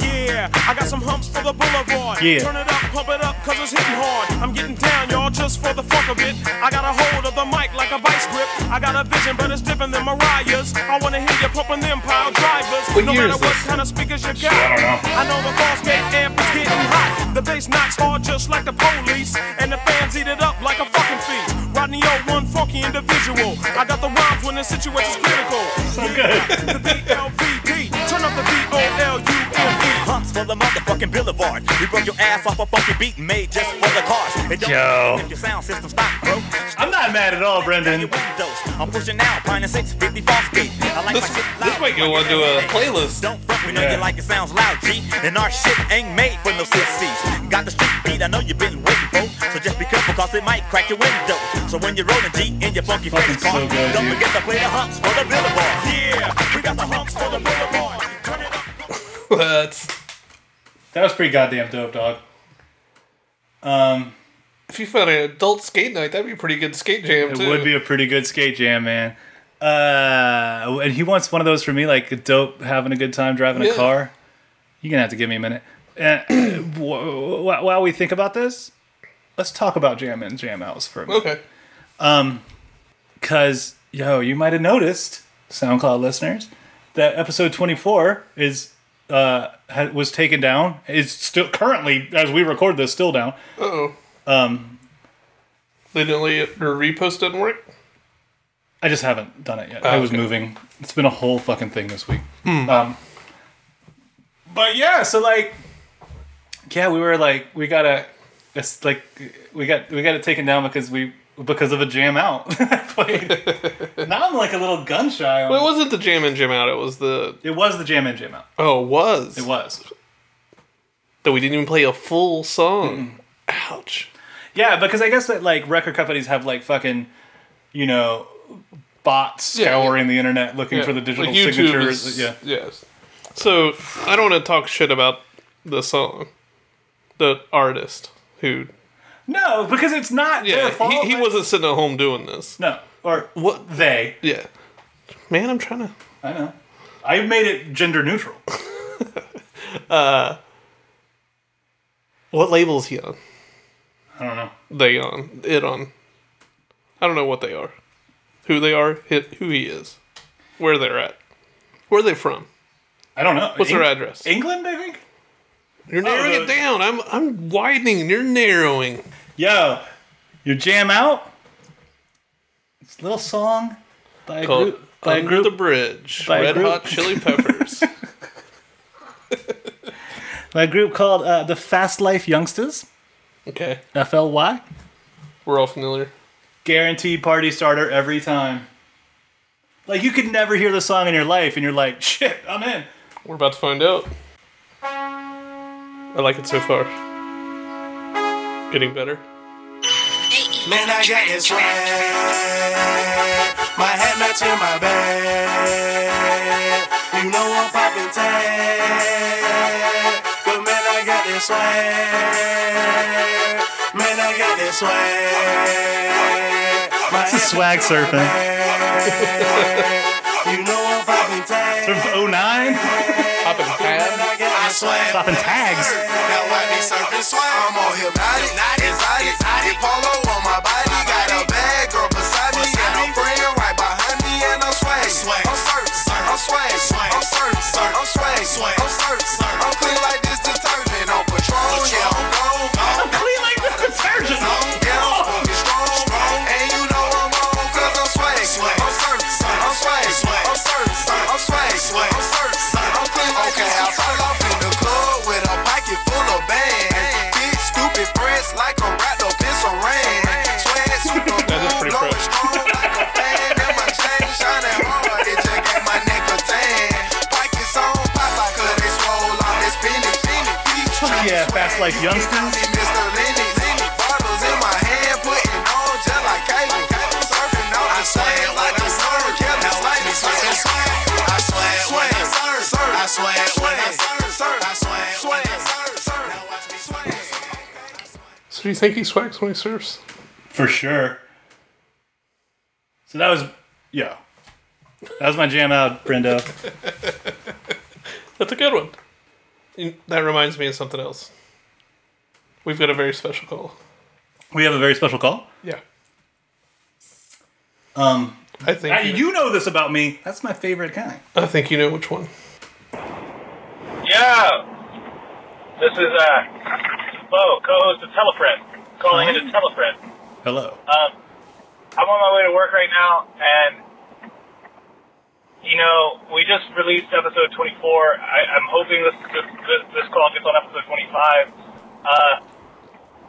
Speaker 9: Yeah, I got some humps for the boulevard.
Speaker 1: Yeah.
Speaker 9: Turn it up, pump it up, cause it's hitting hard. I'm getting down, y'all, just for the fuck of it. I got a hold of the mic like a vice grip. I got a vision, but it's different than Mariah's. I wanna hear you pumping them pile drivers.
Speaker 2: What
Speaker 9: no
Speaker 2: year
Speaker 9: matter
Speaker 2: is
Speaker 9: what
Speaker 2: this?
Speaker 9: kind of speakers you got. I don't know. the false gate amp is getting hot. The bass knocks hard just like the police. And the fans eat it up like a fucking feast. Rodney O, one funky individual. I got the rhymes when the situation's critical. So good. the BLVD. Turn up the B-O-L-U-M-E.
Speaker 10: Humps for the motherfucking boulevard. We broke your ass off a funky beat made just for the cars. It don't
Speaker 1: Yo.
Speaker 10: matter if your sound system's stock, bro.
Speaker 1: I'm not mad at all, Brendan.
Speaker 10: Windows. I'm pushing now, Pine and 650 false gate. I like
Speaker 2: This,
Speaker 10: my shit
Speaker 2: this
Speaker 10: loud.
Speaker 2: might go onto a playlist.
Speaker 10: Don't front, we know
Speaker 1: Yeah.
Speaker 10: you like it sounds loud, G. And our shit ain't made for no sissies. Got the street beat, I know you've been waiting for. So just be careful, cause it might crack your window. So when you're rolling G in your funky
Speaker 1: Fucking
Speaker 10: face car,
Speaker 1: so good,
Speaker 10: don't
Speaker 1: dude.
Speaker 10: forget to play the humps for the boulevard.
Speaker 9: Yeah, we got the humps for the boulevard. Turn it up.
Speaker 2: That's
Speaker 1: That was pretty goddamn dope, dog. Um,
Speaker 2: if you found an adult skate night, that'd be a pretty good skate jam
Speaker 1: it
Speaker 2: too.
Speaker 1: would be a pretty good skate jam, man. Uh, and he wants one of those for me, like dope, having a good time driving a
Speaker 2: Yeah.
Speaker 1: car. You're gonna have to give me a minute. Uh, (clears throat) wh- wh- while we think about this, let's talk about jam in jam outs for a minute.
Speaker 2: okay.
Speaker 1: Because, yo, you might have noticed, SoundCloud listeners, that episode 24 is uh, ha- was taken down. It's still currently, as we record this, still down.
Speaker 2: Oh. Um. They didn't let it, their repost doesn't work. Oh,
Speaker 1: I just haven't done it yet. I was
Speaker 2: okay. Hmm.
Speaker 1: moving. It's been a whole fucking thing this week. Um, but yeah, so like, yeah, we were like, we gotta, it's like, we got we got it taken down because we because of a jam out. (laughs) I
Speaker 2: (laughs)
Speaker 1: played. now I'm like a little gun shy. On
Speaker 2: But it wasn't the jam in jam out. It was the
Speaker 1: It was the jam in jam out.
Speaker 2: oh it was
Speaker 1: It was.
Speaker 2: that we didn't even play a full song. Ouch.
Speaker 1: Yeah, because I guess that like record companies have like fucking, you know, bots
Speaker 2: Yeah, yeah.
Speaker 1: scouring the internet looking
Speaker 2: Yeah,
Speaker 1: for the digital
Speaker 2: like YouTube
Speaker 1: signatures.
Speaker 2: is-
Speaker 1: yeah.
Speaker 2: Yes. So I don't want to talk shit about the song, the artist who.
Speaker 1: No, because it's not
Speaker 2: Yeah,
Speaker 1: their fault.
Speaker 2: he, he
Speaker 1: I-
Speaker 2: wasn't sitting at home doing this.
Speaker 1: No, or
Speaker 2: What?
Speaker 1: they.
Speaker 2: Yeah. Man, I'm trying to.
Speaker 1: I know. I made it gender
Speaker 2: (laughs)
Speaker 1: neutral.
Speaker 2: Uh, What label is he on?
Speaker 1: I don't know.
Speaker 2: They on it on. I don't know what they are, who they are, hi- who he is, where they're at, where they from.
Speaker 1: I don't know.
Speaker 2: What's their
Speaker 1: Eng-
Speaker 2: address?
Speaker 1: England, I think. Oh,
Speaker 2: You're narrowing
Speaker 1: the-
Speaker 2: it down. I'm I'm widening. You're narrowing.
Speaker 1: Yo, your jam out. It's a little song by a
Speaker 2: Called
Speaker 1: group. By a
Speaker 2: Under
Speaker 1: group.
Speaker 2: the Bridge.
Speaker 1: by a
Speaker 2: Red
Speaker 1: group-
Speaker 2: Hot Chili
Speaker 1: (laughs)
Speaker 2: Peppers.
Speaker 1: by a group called uh, the Fast Life Youngsters.
Speaker 2: okay,
Speaker 1: F L Y.
Speaker 2: we're all familiar.
Speaker 1: Guaranteed party starter every time. Like you could never hear the song in your life, and you're like, shit, I'm in.
Speaker 2: We're about to find out. I like it so far. Getting better.
Speaker 11: Man, I got this way. My head not in my bed. You know I'm poppin' tag. But man, I got this way. Man, I got this way. My
Speaker 1: It's a
Speaker 11: head
Speaker 1: swag surfing.
Speaker 11: not- You know I'm poppin' tag.
Speaker 1: From 09?
Speaker 2: Hop and tab.
Speaker 11: I got my swag.
Speaker 1: Popping tags.
Speaker 11: Now why they surfing swag? I'm all hypnotic, exotic, exotic. Polo on my body, got a bad girl beside me, and I'm friend right behind me, and I'm swag. I'm surf, I'm swag, I'm surf, I'm swag, I'm surf, I'm clean like this detergent, on patrol, yeah, I'm gold, I'm
Speaker 1: Clean like this detergent.
Speaker 11: I'm down, fucking strong, and you know I'm on 'cause I'm swag, I'm surf, I'm swag, I'm surf, I'm swag, I'm surf, I'm clean like this detergent. Okay, I fall off in the club with a pocket full of bands. Big stupid friends like a rat up in some rain. Swag (laughs) super
Speaker 2: That is pretty
Speaker 11: cool,
Speaker 2: fresh.
Speaker 11: strong like a fan. And my chain shining hard, it just got my neck a tan. Pockets on pop, I could they swole all this penny, penny, peach.
Speaker 1: Fuck yeah, Fast Life Youngsters.
Speaker 11: Mr. Lenny, Lenny, bottles in my hand, putting on just like cable. Cable surfing on the sand like a surf. Yeah, it's like it's like a surf. I swear when I surf, surf. I swear when I surf, surf. I swear when I surf, surf. Now watch me sway.
Speaker 2: So do you think he swags when he surfs?
Speaker 1: For sure. So that was yeah. That was my jam out,
Speaker 2: (laughs)
Speaker 1: Brendo.
Speaker 2: That's a good one. You- That reminds me of something else. We've got a very special call.
Speaker 1: We have a very special call.
Speaker 2: Yeah.
Speaker 1: Um,
Speaker 2: I think
Speaker 1: you, know this about me. That's my favorite kind.
Speaker 2: I think you know which one.
Speaker 12: Yeah. This is uh, Bo, co-host of Telefriend, calling into Telefriend.
Speaker 1: Hello.
Speaker 12: Um, I'm on my way to work right now, and you know, we just released episode 24. I, I'm hoping this this, this this call gets on episode 25. Uh,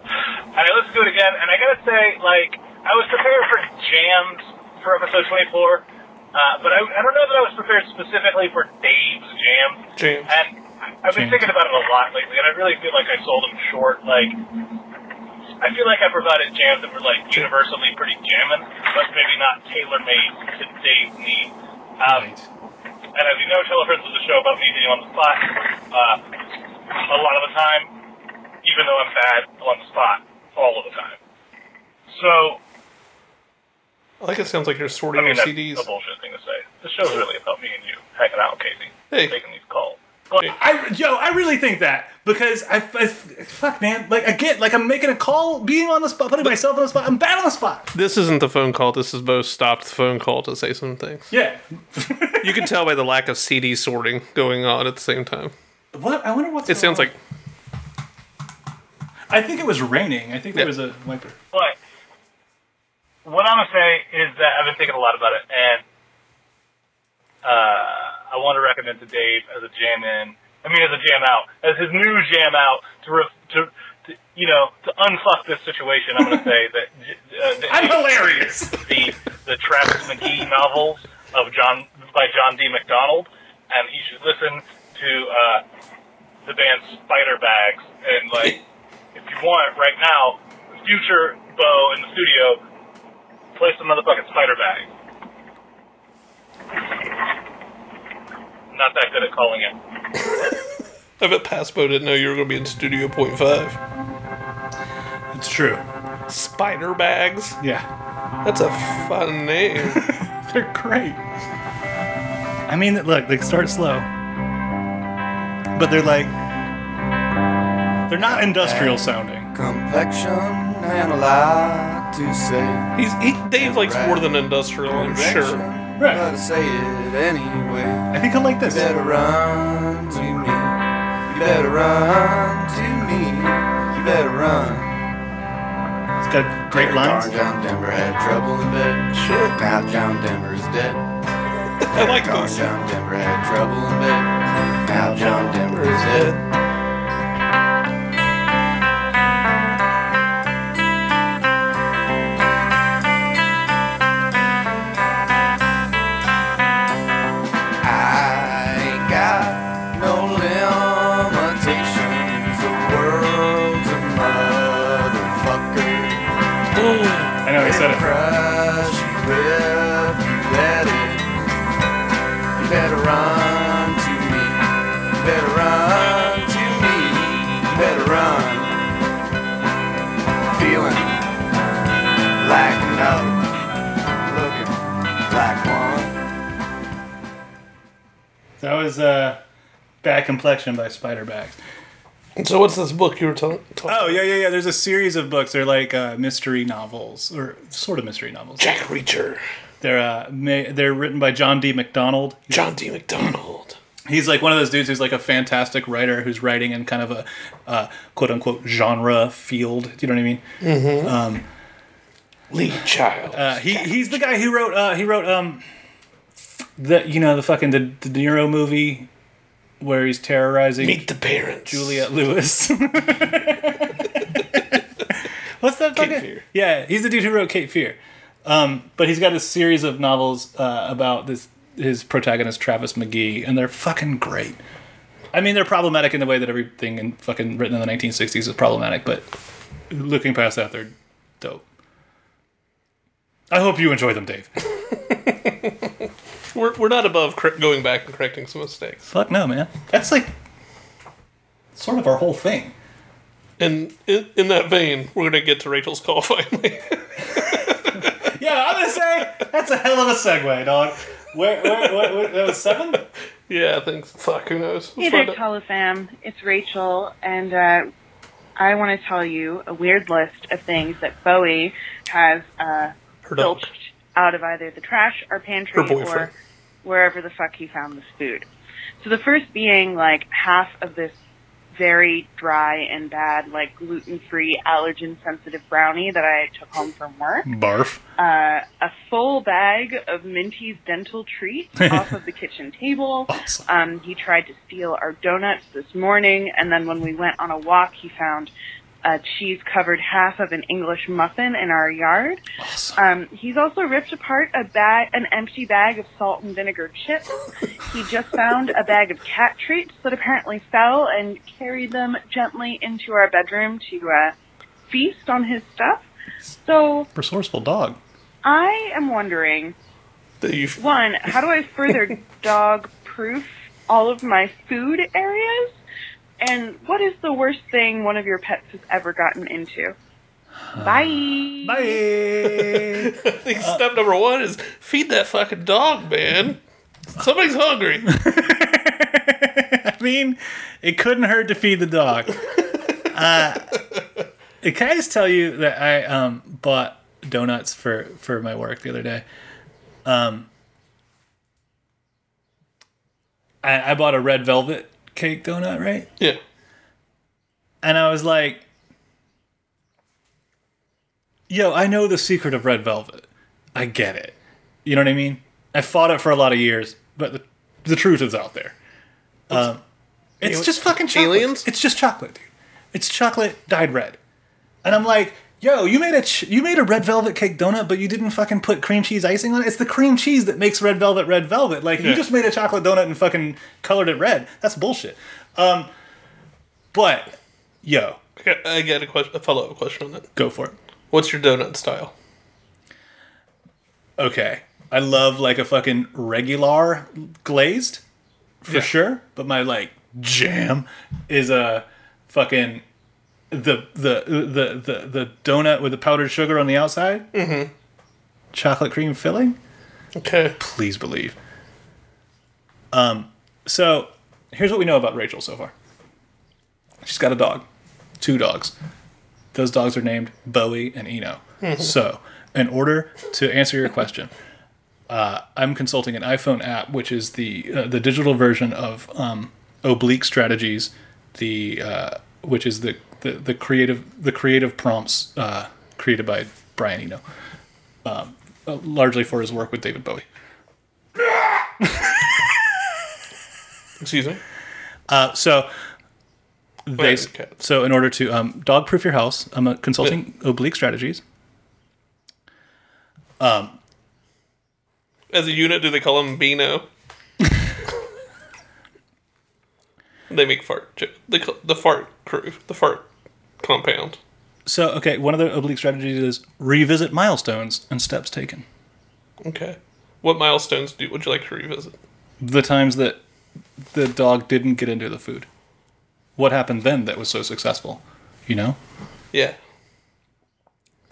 Speaker 12: and I listened to it again, and I gotta say, like, I was prepared for jams for episode 24, uh, but I, I don't know that I was prepared specifically for Dave's jam.
Speaker 2: Jam.
Speaker 12: And I- I've been
Speaker 2: Jam.
Speaker 12: thinking about it a lot lately, and I really feel like I sold him short. Like, I feel like I provided jams that were like universally pretty jamming, but maybe not tailor made to Dave's needs. Um, And as you know, Telefriends is a show about me being on the spot uh, a lot of the time, even though I'm bad on the spot all of the time. So
Speaker 2: I like it sounds like you're sorting
Speaker 12: I mean,
Speaker 2: your
Speaker 12: that's
Speaker 2: CDs.
Speaker 12: a bullshit thing to say. The show's really about me and you hanging out, Casey,
Speaker 2: Hey.
Speaker 12: taking these calls.
Speaker 1: I yo, I really think that because I, I fuck man, like I get like I'm making a call, being on the spot, putting myself on the spot. I'm bad on the spot.
Speaker 2: This isn't the phone call. This is Bo stopped the phone call to say some things.
Speaker 1: Yeah.
Speaker 2: you can tell by the lack of CD sorting going on at the same time.
Speaker 1: What I wonder what's
Speaker 2: It sounds like
Speaker 1: I think it was raining. I think there was a wiper.
Speaker 12: But what I'm gonna say is that I've been thinking a lot about it, and uh, I want to recommend to Dave as a jam in. I mean, as a jam out, as his new jam out to re- to, to you know to unfuck this situation. I'm
Speaker 1: (laughs)
Speaker 12: gonna say that uh, the-
Speaker 1: I'm hilarious.
Speaker 12: (laughs) The the Travis McGee novels of John by John D. MacDonald, and he should listen to uh, the band Spider Bags and like
Speaker 1: (laughs)
Speaker 12: if you want right now, future Bo in the studio, play some motherfucking spider bag. Not that good at calling it.
Speaker 2: I bet Paspo didn't know you were going to be in Studio Point Five.
Speaker 1: It's true.
Speaker 2: Spider bags.
Speaker 1: Yeah,
Speaker 2: that's a fun name.
Speaker 1: (laughs) They're great. I mean, look, they start slow, but they're like they're not industrial sounding.
Speaker 13: Complexion and a lot to say.
Speaker 2: He's he, Dave likes more than industrial, I'm sure.
Speaker 13: Right. But say it anyway. I
Speaker 1: think I like this.
Speaker 13: You better run to me. You better run to me. You better run.
Speaker 1: It's got great lines.
Speaker 13: John Denver had trouble in bed. Shit. Now John Denver's dead. (laughs) I like this. John Denver had trouble in bed. Now John Denver is dead. I ain't got no limitations. The world's a motherfucker.
Speaker 1: I know, he said it.
Speaker 13: Crush you if you let it. You better run to me. You better run to me. You better run. Feeling like another. Looking like one.
Speaker 1: That was uh, Bad Complexion by Spiderback.
Speaker 2: So what's this book you were telling?
Speaker 1: Oh yeah, yeah, yeah. There's a series of books. They're like uh, mystery novels, or sort of mystery novels.
Speaker 2: Jack Reacher.
Speaker 1: They're uh, ma- they're written by John D. McDonald.
Speaker 2: John D. McDonald.
Speaker 1: He's like one of those dudes who's like a fantastic writer who's writing in kind of a uh, quote unquote genre field. Do you know what I mean?
Speaker 2: Mhm.
Speaker 1: Um,
Speaker 2: Lee Child.
Speaker 1: Uh, he he's the guy who wrote uh, he wrote um the you know the fucking the De Niro movie where he's terrorizing
Speaker 2: Meet the parents.
Speaker 1: Juliet Lewis. What's that
Speaker 2: Cape
Speaker 1: fucking?
Speaker 2: Fear.
Speaker 1: Yeah, he's the dude who wrote Cape Fear. Um, but he's got a series of novels uh, about this his protagonist Travis McGee, and they're fucking great. I mean, they're problematic in the way that everything in fucking written in the 1960s is problematic, but looking past that, they're dope. I hope you enjoy them, Dave.
Speaker 2: We're, we're not above cor- going back and correcting some mistakes.
Speaker 1: Fuck no, man. That's like sort of our whole thing.
Speaker 2: And in, in that vein, we're going to get to Rachel's call finally.
Speaker 1: (laughs) yeah, I'm gonna say that's a hell of a segue, dog. Where, where, where, where that was seven?
Speaker 2: (laughs) Yeah, I think. Fuck, who knows?
Speaker 7: Hey there, Telefam. It's Rachel, and uh, I want to tell you a weird list of things that Bowie has uh,
Speaker 2: Her
Speaker 7: out of either the trash or pantry or
Speaker 2: boyfriend.
Speaker 7: wherever the fuck he found this food. So the first being like half of this very dry and bad, like gluten free, allergen sensitive brownie that I took home from work.
Speaker 1: Barf.
Speaker 7: Uh, a full bag of Minty's dental treats off of the kitchen table. Um, he tried to steal our donuts this morning, and then when we went on a walk, he found a cheese covered half of an English muffin in our yard. Um, he's also ripped apart a bag, an empty bag of salt and vinegar chips. he just found a bag of cat treats that apparently fell and carried them gently into our bedroom to uh, feast on his stuff. So
Speaker 1: Resourceful dog.
Speaker 7: I am wondering one, how do I further dog proof all of my food areas? And what is the worst thing one of your pets has ever gotten into? Bye.
Speaker 1: Bye.
Speaker 2: (laughs) I think step number one is feed that fucking dog, man. Somebody's hungry.
Speaker 1: (laughs) I mean, it couldn't hurt to feed the dog. uh, can I just tell you that I um, bought donuts for, for my work the other day? Um, I, I bought a red velvet cake donut, right?
Speaker 2: Yeah.
Speaker 1: And I was like, yo, I know the secret of red velvet. I get it. You know what I mean? I fought it for a lot of years, but the, the truth is out there. Um, it's
Speaker 2: Ali-
Speaker 1: just fucking chocolate. Aliens? It's just chocolate, dude. It's chocolate dyed red. And I'm like, yo, you made a ch- you made a red velvet cake donut, but you didn't fucking put cream cheese icing on it. It's the cream cheese that makes red velvet red velvet. Like
Speaker 2: Yeah.
Speaker 1: you just made a chocolate donut and fucking colored it red. That's bullshit. Um, but yo,
Speaker 2: I got, I got a, question, a follow up question on that.
Speaker 1: Go for it.
Speaker 2: What's your donut style?
Speaker 1: okay, I love like a fucking regular glazed for sure, but my like jam is a fucking the the the the the donut with the powdered sugar on the outside,
Speaker 2: Mm-hmm.
Speaker 1: chocolate cream filling.
Speaker 2: Okay.
Speaker 1: Please believe. Um. So here's what we know about Rachel so far. She's got a dog, two dogs. Those dogs are named Bowie and Eno.
Speaker 2: Mhm.
Speaker 1: so, in order to answer your question, uh, I'm consulting an iPhone app, which is the uh, the digital version of um, Oblique Strategies, the uh, which is the, the the creative the creative prompts uh, created by Brian Eno, um, uh, largely for his work with David Bowie.
Speaker 2: Excuse me.
Speaker 1: Uh, so they
Speaker 2: Wait, okay.
Speaker 1: so in order to um, dog proof your house, I'm uh, consulting oblique strategies. Um,
Speaker 2: As a unit, do they call him Beano?
Speaker 1: (laughs)
Speaker 2: they make fart. jo- They call, the fart crew. The fart compound.
Speaker 1: so okay, one of the oblique strategies is revisit milestones and steps taken.
Speaker 2: Okay. What milestones do would you like to revisit?
Speaker 1: The times that the dog didn't get into the food. What happened then that was so successful? You know?
Speaker 2: Yeah.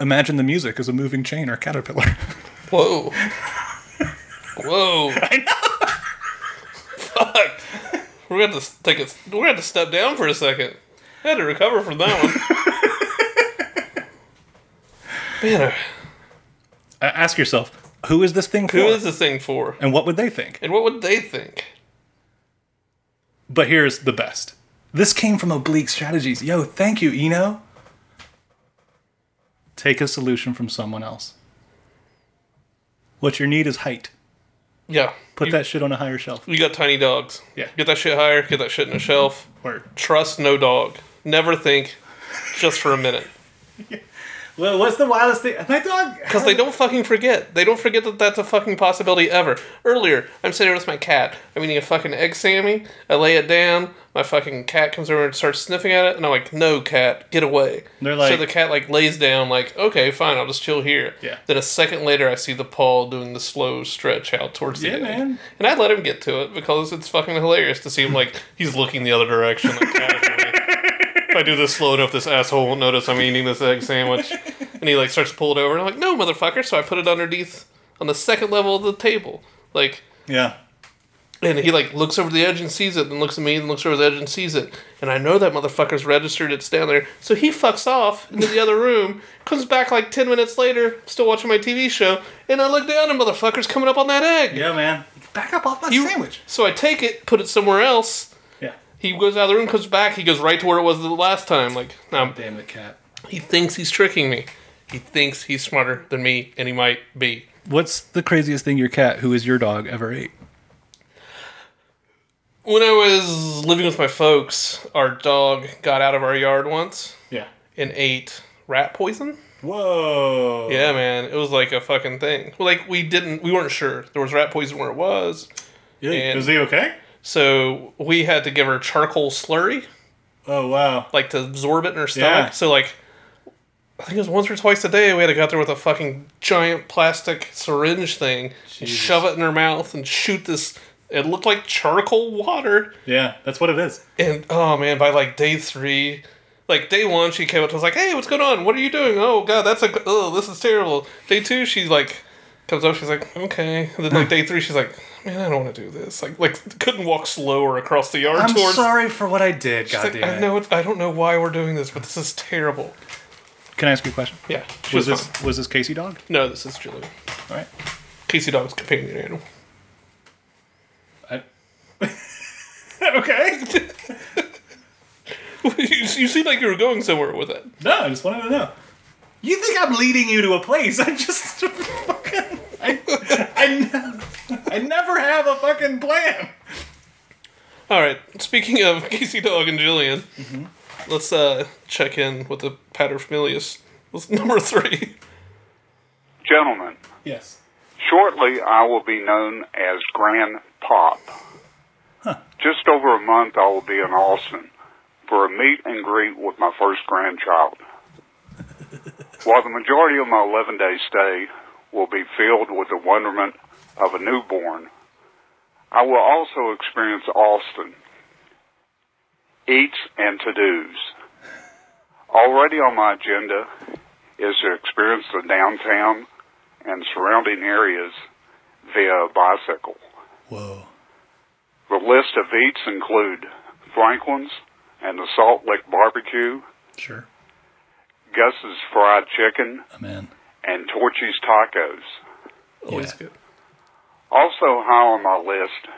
Speaker 1: Imagine the music as a moving chain or caterpillar.
Speaker 2: Whoa. Whoa. I know. Fuck. We're gonna have to take a. We're gonna have to step down for a second. I had to recover from that one. Man,
Speaker 1: (laughs) A- Ask yourself, who is this thing for?
Speaker 2: Who is this thing for?
Speaker 1: And what would they think?
Speaker 2: And what would they think?
Speaker 1: But here's the best. This came from Oblique Strategies. Yo, thank you, Eno. Take a solution from someone else. What you need is height.
Speaker 2: Yeah.
Speaker 1: Put
Speaker 2: You-
Speaker 1: that shit on a higher shelf.
Speaker 2: You got tiny dogs.
Speaker 1: Yeah.
Speaker 2: Get that shit higher. Get that shit in a shelf.
Speaker 1: Word.
Speaker 2: Trust no dog. Never think, just for a minute.
Speaker 1: Well, what's the wildest thing? My dog.
Speaker 2: Because they don't fucking forget. They don't forget that that's a fucking possibility ever. Earlier, I'm sitting with my cat. I'm eating a fucking egg sammy. I lay it down. My fucking cat comes over and starts sniffing at it, and I'm like, "No, cat, get away."
Speaker 1: They're like-
Speaker 2: so the cat like lays down, like, "Okay, fine, I'll just chill here."
Speaker 1: Yeah.
Speaker 2: Then a second later, I see the paw doing the slow stretch out towards the
Speaker 1: Yeah,
Speaker 2: egg.
Speaker 1: man.
Speaker 2: and I let him get to it because it's fucking hilarious to see him like he's looking the other direction. Like, "Cat, if I do this slow enough, this asshole won't notice I'm eating this egg sandwich. and he like starts to pull it over, and I'm like, no, motherfucker. So I put it underneath on the second level of the table, like,
Speaker 1: Yeah.
Speaker 2: and he like looks over the edge and sees it, and looks at me, and looks over the edge and sees it, and I know that motherfucker's registered. It's down there, so he fucks off into the other room, comes back like ten minutes later, still watching my TV show, and I look down, and motherfucker's coming up on that egg.
Speaker 1: Yeah, man. Back up off my sandwich.
Speaker 2: So I take it, put it somewhere else.
Speaker 1: Yeah.
Speaker 2: He goes out of the room, comes back, he goes right to where it was the last time. Like, nah,
Speaker 1: damn the cat.
Speaker 2: He thinks he's tricking me. He thinks he's smarter than me, and he might be.
Speaker 1: What's the craziest thing your cat, who is your dog, ever ate?
Speaker 2: When I was living with my folks, our dog got out of our yard once.
Speaker 1: Yeah.
Speaker 2: And ate rat poison.
Speaker 1: Whoa.
Speaker 2: Yeah, man, it was like a fucking thing. Well, Like we didn't, we weren't sure there was rat poison where it was.
Speaker 1: Yeah, was he okay?
Speaker 2: So we had to give her charcoal slurry.
Speaker 1: Oh wow!
Speaker 2: Like to absorb it in her stomach.
Speaker 1: Yeah.
Speaker 2: So like, I think it was once or twice a day we had to go out there with a fucking giant plastic syringe thing, and shove it in her mouth, and shoot this. It looked like charcoal water.
Speaker 1: Yeah, that's what it is.
Speaker 2: And oh man, by like day three, like day one, she came up to us like, "Hey, what's going on? What are you doing? Oh god, that's a oh, this is terrible." Day two, she like comes up, she's like, "Okay." And then like day three, she's like, "Man, I don't want to do this." Like like couldn't walk slower across the yard
Speaker 1: I'm
Speaker 2: towards.
Speaker 1: sorry for what I did.
Speaker 2: She's like,
Speaker 1: Goddamn
Speaker 2: I
Speaker 1: it!
Speaker 2: know it's, I don't know why we're doing this, but this is terrible.
Speaker 1: Can I ask you a question?
Speaker 2: Yeah, she
Speaker 1: Was
Speaker 2: was
Speaker 1: this was this Casey dog?
Speaker 2: No, this is Julie.
Speaker 1: All right.
Speaker 2: Casey dog's companion animal.
Speaker 1: okay.
Speaker 2: you, (laughs) you seem like you were going somewhere with it.
Speaker 1: No, I just wanted to know. You think I'm leading you to a place? I just (laughs) fucking I, I, ne- I never have a fucking plan.
Speaker 2: All right. Speaking of (laughs) Casey Dog and Jillian,
Speaker 1: Mm-hmm.
Speaker 2: let's uh, check in with the paterfamilias. Was number three?
Speaker 14: Gentlemen,
Speaker 1: Yes.
Speaker 14: shortly I will be known as Grand Pop. Just over a month, I will be in Austin for a meet and greet with my first grandchild. While the majority of my 11 day stay will be filled with the wonderment of a newborn, I will also experience Austin, eats and to dos. Already on my agenda is to experience the downtown and surrounding areas via a bicycle.
Speaker 1: Whoa.
Speaker 14: The list of eats include Franklin's and the Salt Lick Barbecue,
Speaker 1: Sure.
Speaker 14: Gus's Fried Chicken,
Speaker 1: Amen.
Speaker 14: and Torchy's Tacos.
Speaker 2: Always good.
Speaker 14: Also high on my list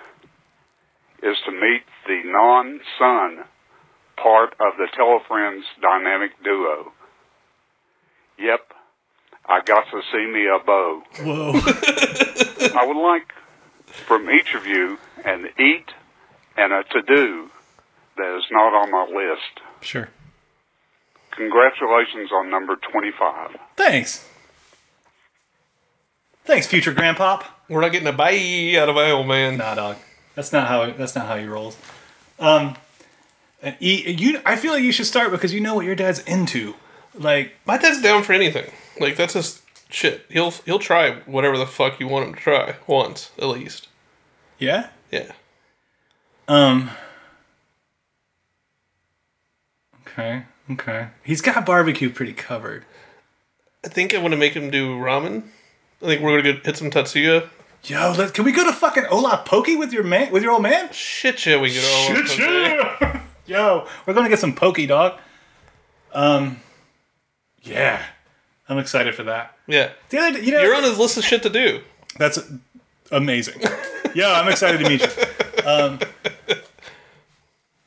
Speaker 14: is to meet the non-son part of the Telefriends dynamic duo. Yep, I got to see me a bow.
Speaker 1: Whoa. (laughs)
Speaker 14: I would like from each of you an eat and a to do that is not on my list.
Speaker 1: Sure.
Speaker 14: Congratulations on number 25.
Speaker 1: Thanks. Thanks, future grandpop.
Speaker 2: We're not getting a bye out of my old man.
Speaker 1: Nah, dog. That's not how. That's not how he rolls. Um, and he, you. I feel like you should start because you know what your dad's into. Like
Speaker 2: my dad's down for anything. Like that's his shit. He'll he'll try whatever the fuck you want him to try once at least.
Speaker 1: Yeah.
Speaker 2: Yeah.
Speaker 1: Um. Okay. Okay. He's got barbecue pretty covered.
Speaker 2: I think I want to make him do ramen. I think we're gonna go hit some tatsuya.
Speaker 1: Yo, let, can we go to fucking Ola Pokey with your man? With your old man?
Speaker 2: Shit, yeah, we go to Ola
Speaker 1: Shit, yeah. (laughs) Yo, we're gonna get some pokey, dog. Um. Yeah, I'm excited for that.
Speaker 2: Yeah.
Speaker 1: The other, you know,
Speaker 2: You're on his list of shit to do.
Speaker 1: That's amazing. yeah, I'm excited to meet you. Um,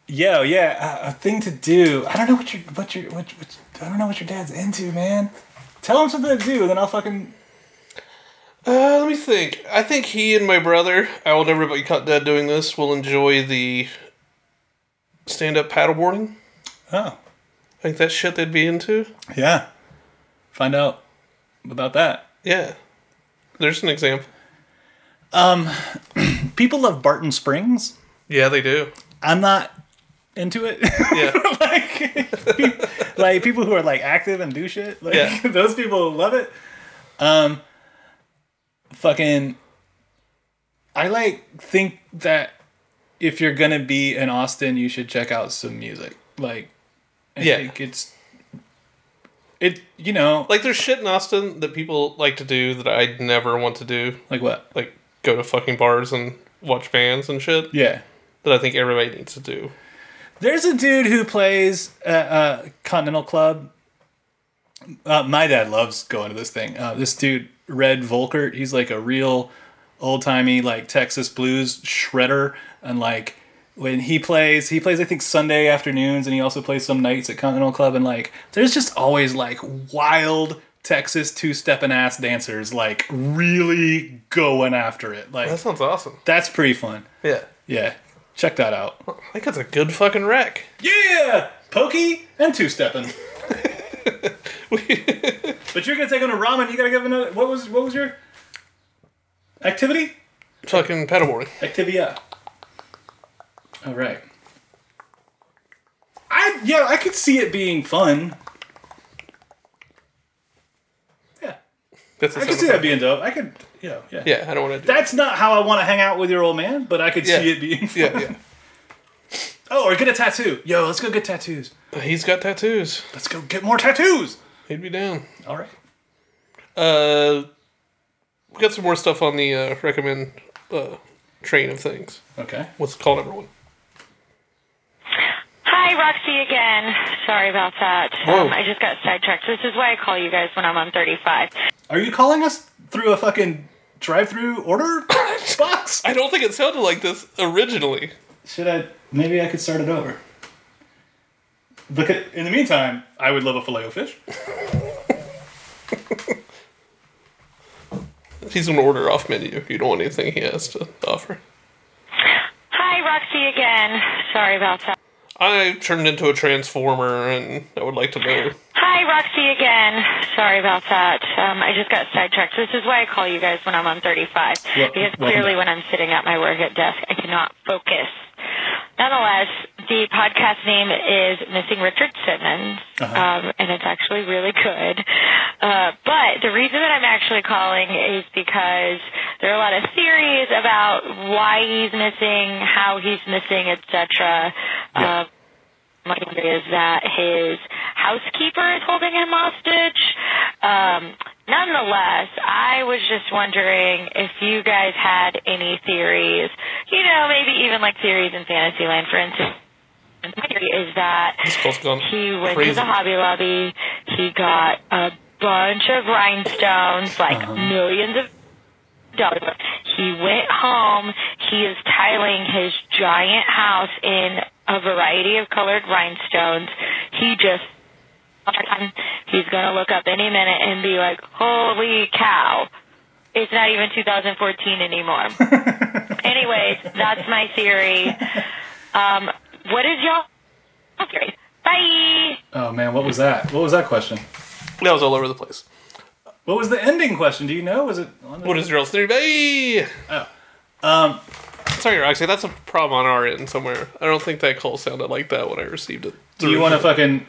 Speaker 1: yo, yeah, a, a thing to do. I don't know what your what your what, what I don't know what your dad's into, man. Tell him something to do, and then I'll fucking.
Speaker 2: Uh, let me think. I think he and my brother, I will never be caught dead doing this, will enjoy the stand up paddleboarding.
Speaker 1: Oh.
Speaker 2: I think that shit they'd be into.
Speaker 1: Yeah. Find out about that.
Speaker 2: Yeah. There's an example.
Speaker 1: Um, (clears throat) people love Barton Springs.
Speaker 2: Yeah, they do.
Speaker 1: I'm not into it.
Speaker 2: Yeah.
Speaker 1: (laughs) like, like people who are like active and do shit. Like
Speaker 2: Yeah.
Speaker 1: (laughs) those people love it. Um fucking I like think that if you're gonna be in Austin you should check out some music. Like I
Speaker 2: Yeah.
Speaker 1: think it's It you know
Speaker 2: like there's shit in Austin that people like to do that I never want to do.
Speaker 1: Like what?
Speaker 2: Like go to fucking bars and watch bands and shit.
Speaker 1: Yeah.
Speaker 2: That I think everybody needs to do.
Speaker 1: There's a dude who plays uh, uh, Continental Club. Uh, my dad loves going to this thing. Uh, this dude, Red Volkert, he's like a real old timey like Texas blues shredder. And like when he plays, he plays I think Sunday afternoons, and he also plays some nights at Continental Club. And like there's just always like wild Texas two stepping ass dancers like really going after it. Like
Speaker 2: that sounds awesome.
Speaker 1: that's pretty fun.
Speaker 2: Yeah.
Speaker 1: Yeah, check that out. I
Speaker 2: think that's a good fucking wreck.
Speaker 1: Yeah, pokey and two stepping. (laughs) but you're gonna take on a ramen. You gotta give another. What was what was your activity?
Speaker 2: Fucking paddleboarding.
Speaker 1: Activia. All right. I yeah, I could see it being fun.
Speaker 2: That's the
Speaker 1: I could
Speaker 2: sound
Speaker 1: see
Speaker 2: effect.
Speaker 1: that being dope. I could, you know, yeah.
Speaker 2: Yeah, I don't want to.
Speaker 1: That's not how I want to hang out with your old man, but I could
Speaker 2: Yeah.
Speaker 1: see it being fun.
Speaker 2: Yeah, yeah.
Speaker 1: (laughs) Oh, or get a tattoo. Yo, let's go get tattoos.
Speaker 2: He's got tattoos.
Speaker 1: Let's go get more tattoos.
Speaker 2: He'd be down.
Speaker 1: All right.
Speaker 2: Uh, we got some more stuff on the uh, recommend uh, train of things.
Speaker 1: Okay.
Speaker 2: What's called number one?
Speaker 15: Hi, Roxy again. Sorry about that.
Speaker 1: Whoa.
Speaker 15: Um, I just got sidetracked. This is why I call you guys when I'm on 35.
Speaker 1: Are you calling us through a fucking drive-through order box?
Speaker 2: I don't think it sounded like this originally.
Speaker 1: Should I? Maybe I could start it over. Look at. In the meantime, I would love a filet of fish.
Speaker 2: He's gonna order off menu. You don't want anything he has to offer.
Speaker 15: Hi, Roxy again. Sorry about that.
Speaker 2: I turned into a transformer, and I would like to know.
Speaker 15: Hi, Roxy again. Sorry about that. Um, I just got sidetracked. This is why I call you guys when I'm on 35.
Speaker 2: Wel-
Speaker 15: because
Speaker 2: welcome
Speaker 15: clearly,
Speaker 2: back.
Speaker 15: when I'm sitting at my work at desk, I cannot focus. Nonetheless, the podcast name is Missing Richard Simmons, um, and it's actually really good. Uh, but the reason that I'm actually calling is because there are a lot of theories about why he's missing, how he's missing, etc. Uh, my theory is that his housekeeper is holding him hostage. Um, nonetheless, I was just wondering if you guys had any theories. You know, maybe even like theories in Fantasyland, for instance. My theory is that
Speaker 2: This girl's gone
Speaker 15: he went
Speaker 2: crazy.
Speaker 15: to the Hobby Lobby. He got a bunch of rhinestones, like millions of dollars. He went home. He is tiling his giant house in a variety of colored rhinestones. He just he's gonna look up any minute and be like, "Holy cow!" It's not even 2014 anymore. Anyways, that's my theory. Um, what is y'all theory? Bye.
Speaker 1: Oh man, what was that? What was that question?
Speaker 2: That was all over the place.
Speaker 1: What was the ending question? Do you know? Was it? On the-
Speaker 2: What is your else theory? Bye.
Speaker 1: Oh. Um.
Speaker 2: Sorry, Roxy. That's a problem on our end somewhere. I don't think that call sounded like that when I received it.
Speaker 1: Do you want to fucking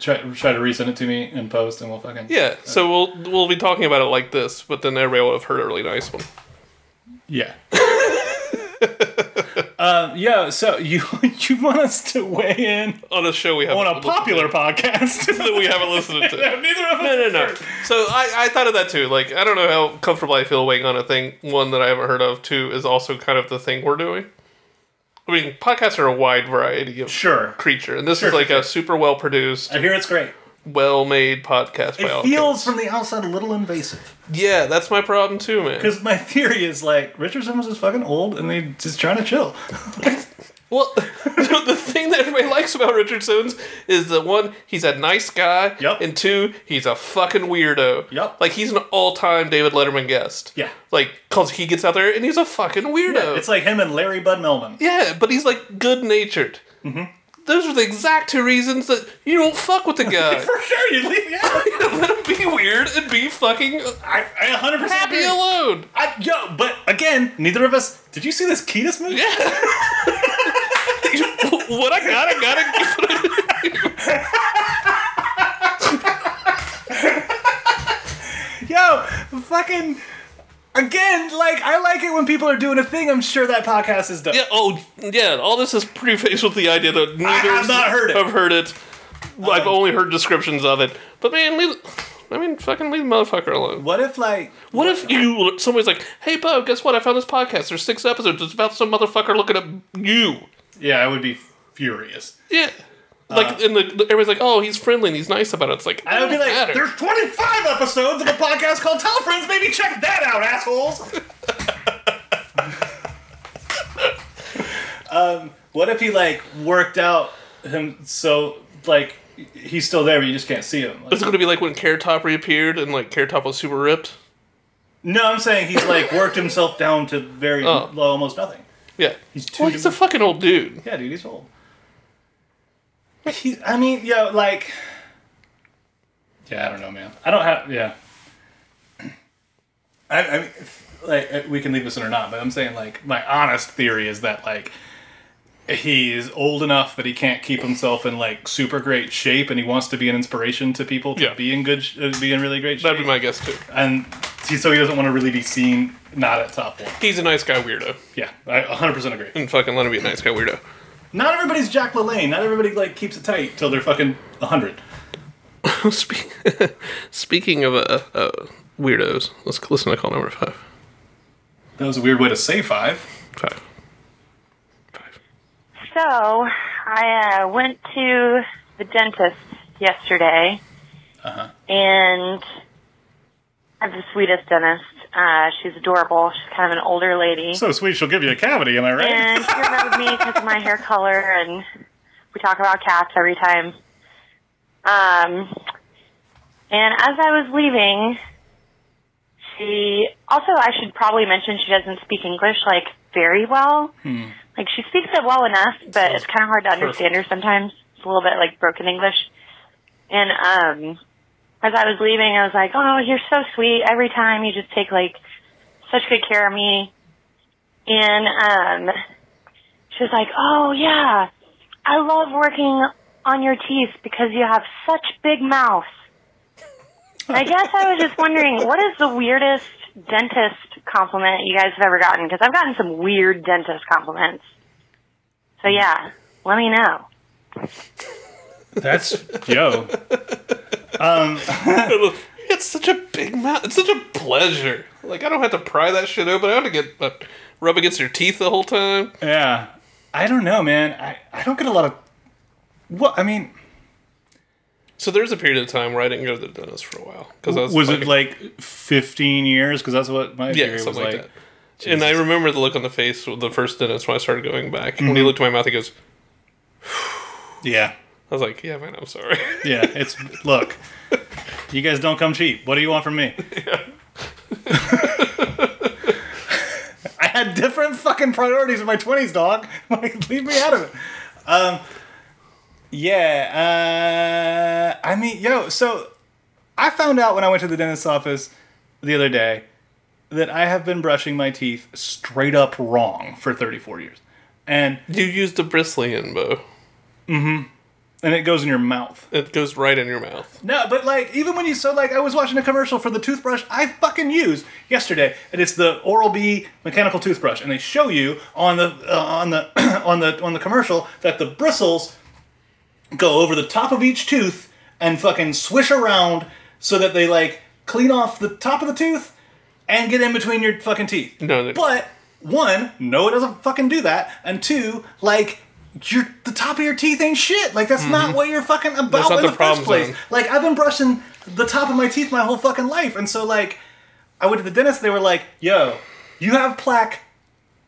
Speaker 1: try try to resend it to me in post, and we'll fucking
Speaker 2: Yeah. So we'll we'll be talking about it like this, but then everybody will have heard a really nice one.
Speaker 1: Yeah. um, yeah. So you (laughs) you want us to weigh in
Speaker 2: on a show we have
Speaker 1: on a popular podcast
Speaker 2: (laughs) that we
Speaker 1: (laughs)
Speaker 2: haven't listened to?
Speaker 1: Neither of us.
Speaker 2: No, no, no. So I, I thought of that too. Like I don't know how comfortable I feel weighing on a thing one that I haven't heard of. Two is also kind of the thing we're doing. I mean, podcasts are a wide variety of
Speaker 1: sure
Speaker 2: creature, and this
Speaker 1: Sure,
Speaker 2: is like
Speaker 1: sure.
Speaker 2: a super well produced.
Speaker 1: I hear it's great.
Speaker 2: Well made podcast. by all
Speaker 1: It feels from the outside a little invasive.
Speaker 2: Yeah, that's my problem too, man.
Speaker 1: Because my theory is like Richard Simmons is fucking old and they just trying to chill.
Speaker 2: Well, the (laughs) thing that everybody likes about Richard Simmons is that one, he's a nice guy, yep. and two, he's a fucking weirdo. Yep. Like he's an all-time David Letterman guest.
Speaker 1: Yeah.
Speaker 2: Like, cause he gets out there and he's a fucking weirdo.
Speaker 1: Yeah, it's like him and Larry Bud Melman.
Speaker 2: Yeah, but he's like good-natured.
Speaker 1: Mhm.
Speaker 2: Those are the exact two reasons that you don't
Speaker 1: (laughs)
Speaker 2: fuck with the guy.
Speaker 1: For sure, you leave me out.
Speaker 2: (laughs) Let him be weird and be fucking.
Speaker 1: I, I 100 percent
Speaker 2: Happy alone.
Speaker 1: I, yo, but again, neither of us. Did you see this Ketis movie? (laughs)
Speaker 2: Yeah. (laughs) what I got, I got it.
Speaker 1: Yo, fucking. Again, like I like it when people are doing a thing. I'm sure that podcast is done.
Speaker 2: Yeah. Oh, yeah. All this is prefaced with the idea that neither
Speaker 1: have not heard it. Uh-huh.
Speaker 2: I've heard it. I've only heard descriptions of it. But man, leave. I mean, fucking leave the motherfucker alone.
Speaker 16: What if like?
Speaker 2: What, if you? Somebody's like, "Hey, Bo, guess what? I found this podcast. There's six episodes. It's about some motherfucker looking up you."
Speaker 1: Yeah, I would be furious. Uh.
Speaker 2: Yeah. Like, and the, the- everybody's like, "Oh, he's friendly and he's nice about it." It's like
Speaker 1: I would be like,
Speaker 2: matter.
Speaker 1: there's 25 episodes of a podcast called Tell Friends. Maybe check that out, assholes. um, what if he like worked out him so like he's still there, but you just can't see him?
Speaker 2: It's gonna be like when Carrot Top reappeared and like Carrot Top was super ripped.
Speaker 1: No, I'm saying he's
Speaker 2: (laughs)
Speaker 1: like worked himself down to very
Speaker 2: Oh.
Speaker 1: low, almost nothing.
Speaker 2: Yeah,
Speaker 1: he's too.
Speaker 2: Well, he's a fucking old dude.
Speaker 1: Yeah, dude, he's old. He, I mean, yeah, like, yeah, I don't know, man. I don't have, yeah. I, I mean, if- like, uh, we can leave this in or not, but I'm saying, like, my honest theory is that, like, he's old enough that he can't keep himself in like super great shape, and he wants to be an inspiration to people to be in good, sh- uh, be in really great shape. That'd be
Speaker 2: my guess too.
Speaker 1: And he, so he doesn't want to really be seen not at top one.
Speaker 2: He's a nice guy weirdo.
Speaker 1: Yeah, I 100% agree.
Speaker 2: And fucking let him be a nice guy weirdo.
Speaker 1: Not everybody's Jack LaLanne. Not everybody like keeps it tight till they're fucking 100.
Speaker 2: Speak- Speaking of uh, uh, weirdos, let's listen to call number five.
Speaker 1: That was a weird way to say five.
Speaker 2: Five.
Speaker 17: So I uh, went to the dentist yesterday,
Speaker 1: Uh-huh.
Speaker 17: and I have the sweetest dentist. Uh, she's adorable. She's kind of an older lady.
Speaker 1: So sweet, she'll give you a cavity. Am I right?
Speaker 17: And she remembered me because of my hair color, and we talk about cats every time. Um, and as I was leaving, she also I should probably mention she doesn't speak English like very well.
Speaker 1: Hmm.
Speaker 17: Like she speaks it well enough, but it's kind of hard to understand her sometimes. It's a little bit like broken English. And um, as I was leaving, I was like, "Oh, you're so sweet. Every time you just take like such good care of me." And um, she was like, "Oh yeah, I love working on your teeth because you have such big mouth." And I guess I was just wondering, what is the weirdest dentist compliment you guys have ever gotten? Because I've gotten some weird dentist compliments. So yeah, let me know.
Speaker 1: That's yo.
Speaker 2: (laughs)
Speaker 1: Um,
Speaker 2: it's such a big mouth. It's such a pleasure. Like I don't have to pry that shit open. I don't have to get uh, rub against your teeth the whole time.
Speaker 1: yeah. I don't know, man. I, I don't get a lot of. What I mean,
Speaker 2: So there's a period of time where I didn't go to the dentist for a while because I
Speaker 1: was,
Speaker 2: was,
Speaker 1: it like 15 years? Because that's what my
Speaker 2: yeah
Speaker 1: theory was
Speaker 2: something
Speaker 1: like.
Speaker 2: like, that. And I remember the look on the face of the first dentist when I started going back. When he
Speaker 1: Mhm.
Speaker 2: looked at my mouth, he goes, (sighs)
Speaker 1: Yeah,
Speaker 2: "I was like, yeah, man, I'm sorry."
Speaker 1: (laughs) yeah. It's look. You guys don't come cheap. What do you want from
Speaker 2: (laughs)
Speaker 1: me? (laughs) I had different fucking priorities in my twenties, dog. (laughs) Like, leave me out of it. Um, yeah. Uh, I mean, yo. So, I found out when I went to the dentist's office the other day that I have been brushing my teeth straight up wrong for 34 years, and
Speaker 2: you used the bristling end, Bo.
Speaker 1: Mm-hmm. And it goes in your mouth.
Speaker 2: It goes right in your mouth.
Speaker 1: No, but like even when you so like I was watching a commercial for the toothbrush I fucking use yesterday, and it's the Oral B mechanical toothbrush, and they show you on the uh, on the (clears throat) on the on the commercial that the bristles go over the top of each tooth and fucking swish around so that they like clean off the top of the tooth and get in between your fucking teeth.
Speaker 2: No, they-
Speaker 1: but one, no, it doesn't fucking do that, and two, like. Your, the top of your teeth ain't shit. Like that's
Speaker 2: Mhm.
Speaker 1: not what you're fucking about
Speaker 2: That's not
Speaker 1: in
Speaker 2: the
Speaker 1: the,
Speaker 2: problem
Speaker 1: first place.
Speaker 2: zone.
Speaker 1: Like I've been brushing the top of my teeth my whole fucking life, and so like I went to the dentist. They were like, "Yo, you have plaque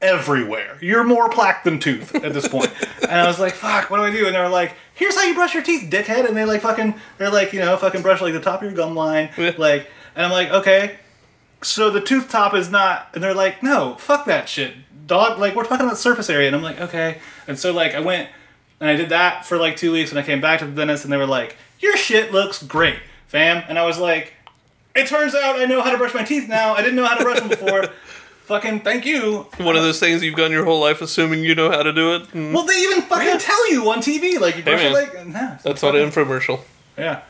Speaker 1: everywhere. You're more plaque than tooth at this point." and I was like, "Fuck, what do I do?" And they were like, "Here's how you brush your teeth, dickhead." And they like fucking, they're like, you know, fucking brush like the top of your gum line, like. And I'm like, okay, so the tooth top is not and they're like no fuck that shit dog like we're talking about surface area and i'm like okay and so like i went and i did that for like two weeks and i came back to the dentist and they were like your shit looks great fam and i was like it turns out i know how to brush my teeth now i didn't know how to brush them before fucking thank you
Speaker 2: One of those things you've done your whole life, assuming you know how to do it. Mm.
Speaker 1: well they even fucking tell you on tv like you brush
Speaker 2: man.
Speaker 1: your leg nah,
Speaker 2: that's not an infomercial.
Speaker 1: yeah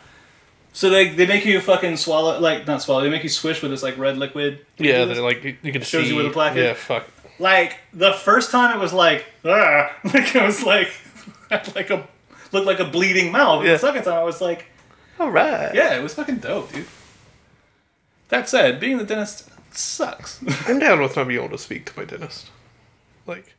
Speaker 1: so they, they make you fucking swallow like not swallow they make you swish with this like red liquid
Speaker 2: Yeah, they're like you you can
Speaker 1: Shows
Speaker 2: see.
Speaker 1: you where the plaque is.
Speaker 2: Yeah, fuck.
Speaker 1: Like the first time, it was like, ah, (laughs) like I was like, had like a looked like a bleeding mouth.
Speaker 2: Yeah.
Speaker 1: The second time, I was like, All right. Yeah, it was fucking dope, dude. That said, being the dentist sucks.
Speaker 2: I'm down with not being able to speak to my dentist. Like,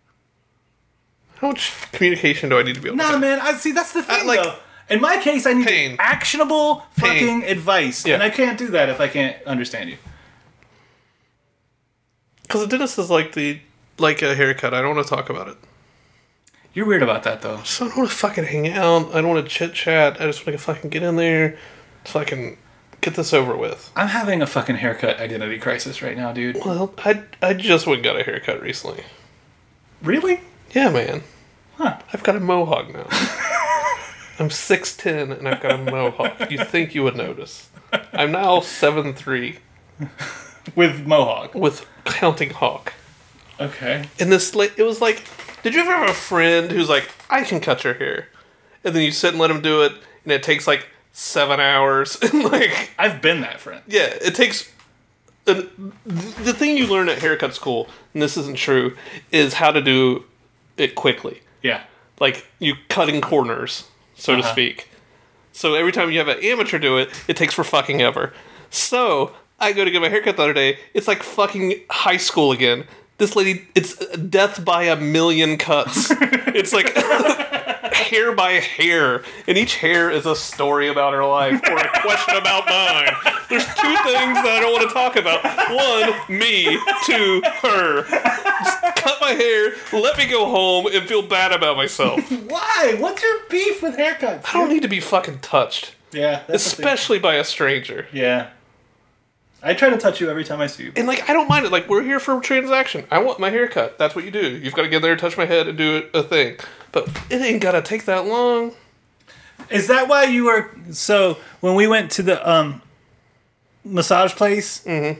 Speaker 2: how much communication do I need to be able
Speaker 1: Nah,
Speaker 2: to
Speaker 1: man. I see. That's the thing, though. In my case, I need actionable fucking advice, and I can't do that if I can't understand you.
Speaker 2: Because a dentist is like the like a haircut. I don't want to talk about it.
Speaker 1: You're weird about that, though.
Speaker 2: So I don't want to fucking hang out. I don't want to chit chat. I just want to fucking get in there, so I can get this over with.
Speaker 1: I'm having a fucking haircut identity crisis right now, dude.
Speaker 2: Well, I I just went and got a haircut recently.
Speaker 1: Really?
Speaker 2: Yeah, man.
Speaker 1: Huh.
Speaker 2: I've got a mohawk
Speaker 1: (laughs)
Speaker 2: now. I'm six ten and I've got a mohawk. You think you would notice? I'm now seven three.
Speaker 1: (laughs) With mohawk.
Speaker 2: With counting hawk.
Speaker 1: Okay.
Speaker 2: And this like it was like, did you ever have a friend who's like, I can cut your hair, and then you sit and let him do it, and it takes like seven hours, (laughs) and (laughs) like
Speaker 1: I've been that friend.
Speaker 2: Yeah, it takes. And th- the thing you learn at haircut school, and this isn't true, is how to do it quickly.
Speaker 1: Yeah.
Speaker 2: Like you cutting corners, so to
Speaker 1: Uh-huh.
Speaker 2: speak. So every time you have an amateur do it, it takes for fucking ever. So I go to get my haircut the other day. It's like fucking high school again. This lady, it's death by a
Speaker 1: (laughs)
Speaker 2: million cuts. it's like (laughs) hair by hair, and each hair is a story about her life or a question about mine. There's two things that I don't want to talk about. One, me. Two, her. Just cut my hair. Let me go home and feel bad about myself.
Speaker 1: Why? What's your beef with haircuts?
Speaker 2: I don't need to be fucking touched.
Speaker 1: Yeah, that's the thing.
Speaker 2: especially by a stranger.
Speaker 1: Yeah. I try to touch you every time I see you.
Speaker 2: And like, I don't mind it. Like, we're here for a transaction. I want my haircut. That's what you do. You've got to get there, touch my head, and do a thing. But it ain't gotta take that long.
Speaker 1: Is that why you were so when we went to the um massage place
Speaker 2: Mm-hmm.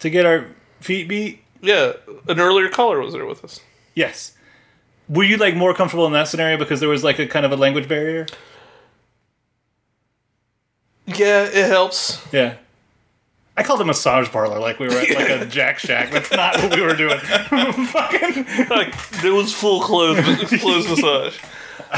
Speaker 1: to get our feet beat?
Speaker 2: Yeah, an earlier caller was there with us.
Speaker 1: Yes. Were you like more comfortable in that scenario because there was like a kind of a language barrier?
Speaker 2: Yeah, it helps.
Speaker 1: Yeah. I called it massage parlor like we were at like
Speaker 2: (laughs)
Speaker 1: a Jack Shack. That's not what we were doing. (laughs)
Speaker 2: like it was full clothes clothes massage.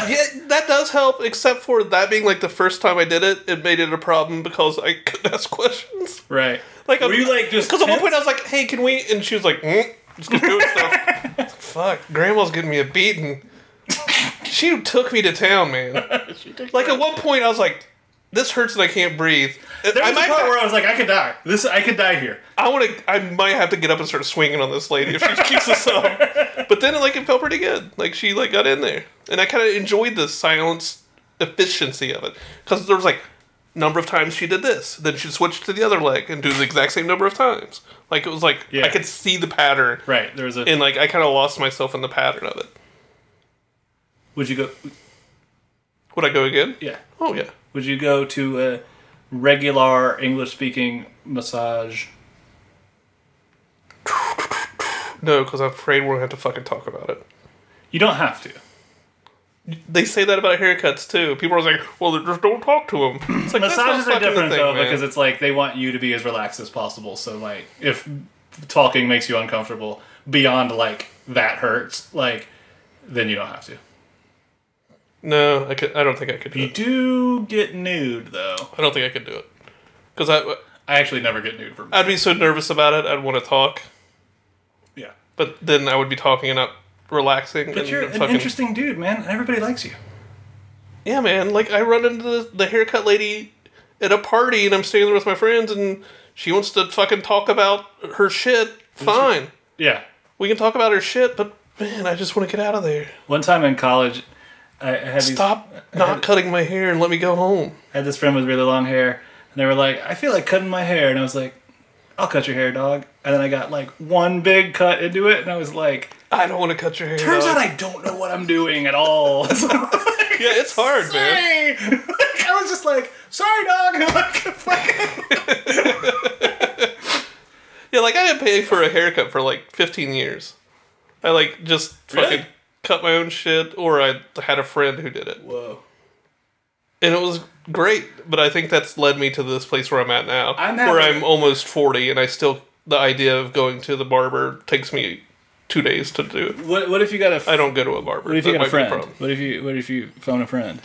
Speaker 2: Yeah, that does help. Except for that being like the first time I did it, it made it a problem because I couldn't ask questions.
Speaker 1: Right.
Speaker 2: Like, were you
Speaker 1: like just?
Speaker 2: Because at one point I was like, "Hey, can we?" And she was like, mm, "Just keep doing
Speaker 1: (laughs)
Speaker 2: stuff." Fuck, Grandma's giving me a beating. she took me to town, man. like at one point I was like, "This hurts and I can't breathe."
Speaker 1: There was a part where I was like, "I could die. This I could die here."
Speaker 2: I want to. I might have to get up and start swinging on this lady if she keeps
Speaker 1: (laughs)
Speaker 2: this up. But then, like, it felt pretty good. Like she like got in there, and I kind of enjoyed the silence efficiency of it because there was like number of times she did this, then she'd switch to the other leg and do the exact same number of times. Like it was like I could see the pattern.
Speaker 1: Right. There was a
Speaker 2: and like I kind of lost myself in the pattern of it.
Speaker 1: Would you go?
Speaker 2: Would I go again?
Speaker 1: Yeah.
Speaker 2: Oh yeah.
Speaker 1: Would you go to a regular English speaking massage?
Speaker 2: No, because I'm afraid we're gonna have to fucking talk about it.
Speaker 1: You don't have to.
Speaker 2: They say that about haircuts too. People are like, "Well, just don't talk to them." It's like, that's not
Speaker 1: Massages are
Speaker 2: fucking the
Speaker 1: different
Speaker 2: thing,
Speaker 1: though
Speaker 2: man.
Speaker 1: because it's like they want you to be as relaxed as possible. So like if talking makes you uncomfortable beyond like that hurts, like then you don't have to.
Speaker 2: No, I could. I don't think I could. Do
Speaker 1: you do get nude though.
Speaker 2: I don't think I could do it because I.
Speaker 1: I actually never get nude from.
Speaker 2: I'd be so nervous about it. I'd want to talk.
Speaker 1: Yeah.
Speaker 2: But then I would be talking and not relaxing.
Speaker 1: But
Speaker 2: and
Speaker 1: you're an
Speaker 2: fucking,
Speaker 1: interesting dude, man. and Everybody likes you.
Speaker 2: Yeah, man. Like I run into the, the haircut lady at a party, and I'm standing there with my friends, and she wants to fucking talk about her shit. Fine,
Speaker 1: Yeah.
Speaker 2: we can talk about her shit, but man, I just want to get out of there.
Speaker 1: One time in college, I I had
Speaker 2: Stop not cutting my hair and let me go home.
Speaker 1: I had this friend with really long hair, and they were like, "I feel like cutting my hair," and I was like, "I'll cut your hair, dog." And then I got like one big cut into it, and I was like,
Speaker 2: "I don't want to cut your hair."
Speaker 1: Turns
Speaker 2: dog.
Speaker 1: out I don't know what I'm doing at all. (laughs)
Speaker 2: (laughs)
Speaker 1: yeah,
Speaker 2: it's hard,
Speaker 1: man. I was just (laughs) like, "Sorry, dog." (laughs)
Speaker 2: Yeah, like I didn't pay for a haircut for like 15 years. I like just fucking cut my own shit, or I had a friend who did it.
Speaker 1: Whoa.
Speaker 2: And it was great, but I think that's led me to this place where I'm at now,
Speaker 1: I'm
Speaker 2: where
Speaker 1: having-
Speaker 2: I'm almost 40, and I still the idea of going to the barber takes me two days to do it.
Speaker 1: What, what if you got a? F-
Speaker 2: I don't go to a barber.
Speaker 1: what if you
Speaker 2: That
Speaker 1: got a
Speaker 2: might be
Speaker 1: friend? What if you What if you phone a friend?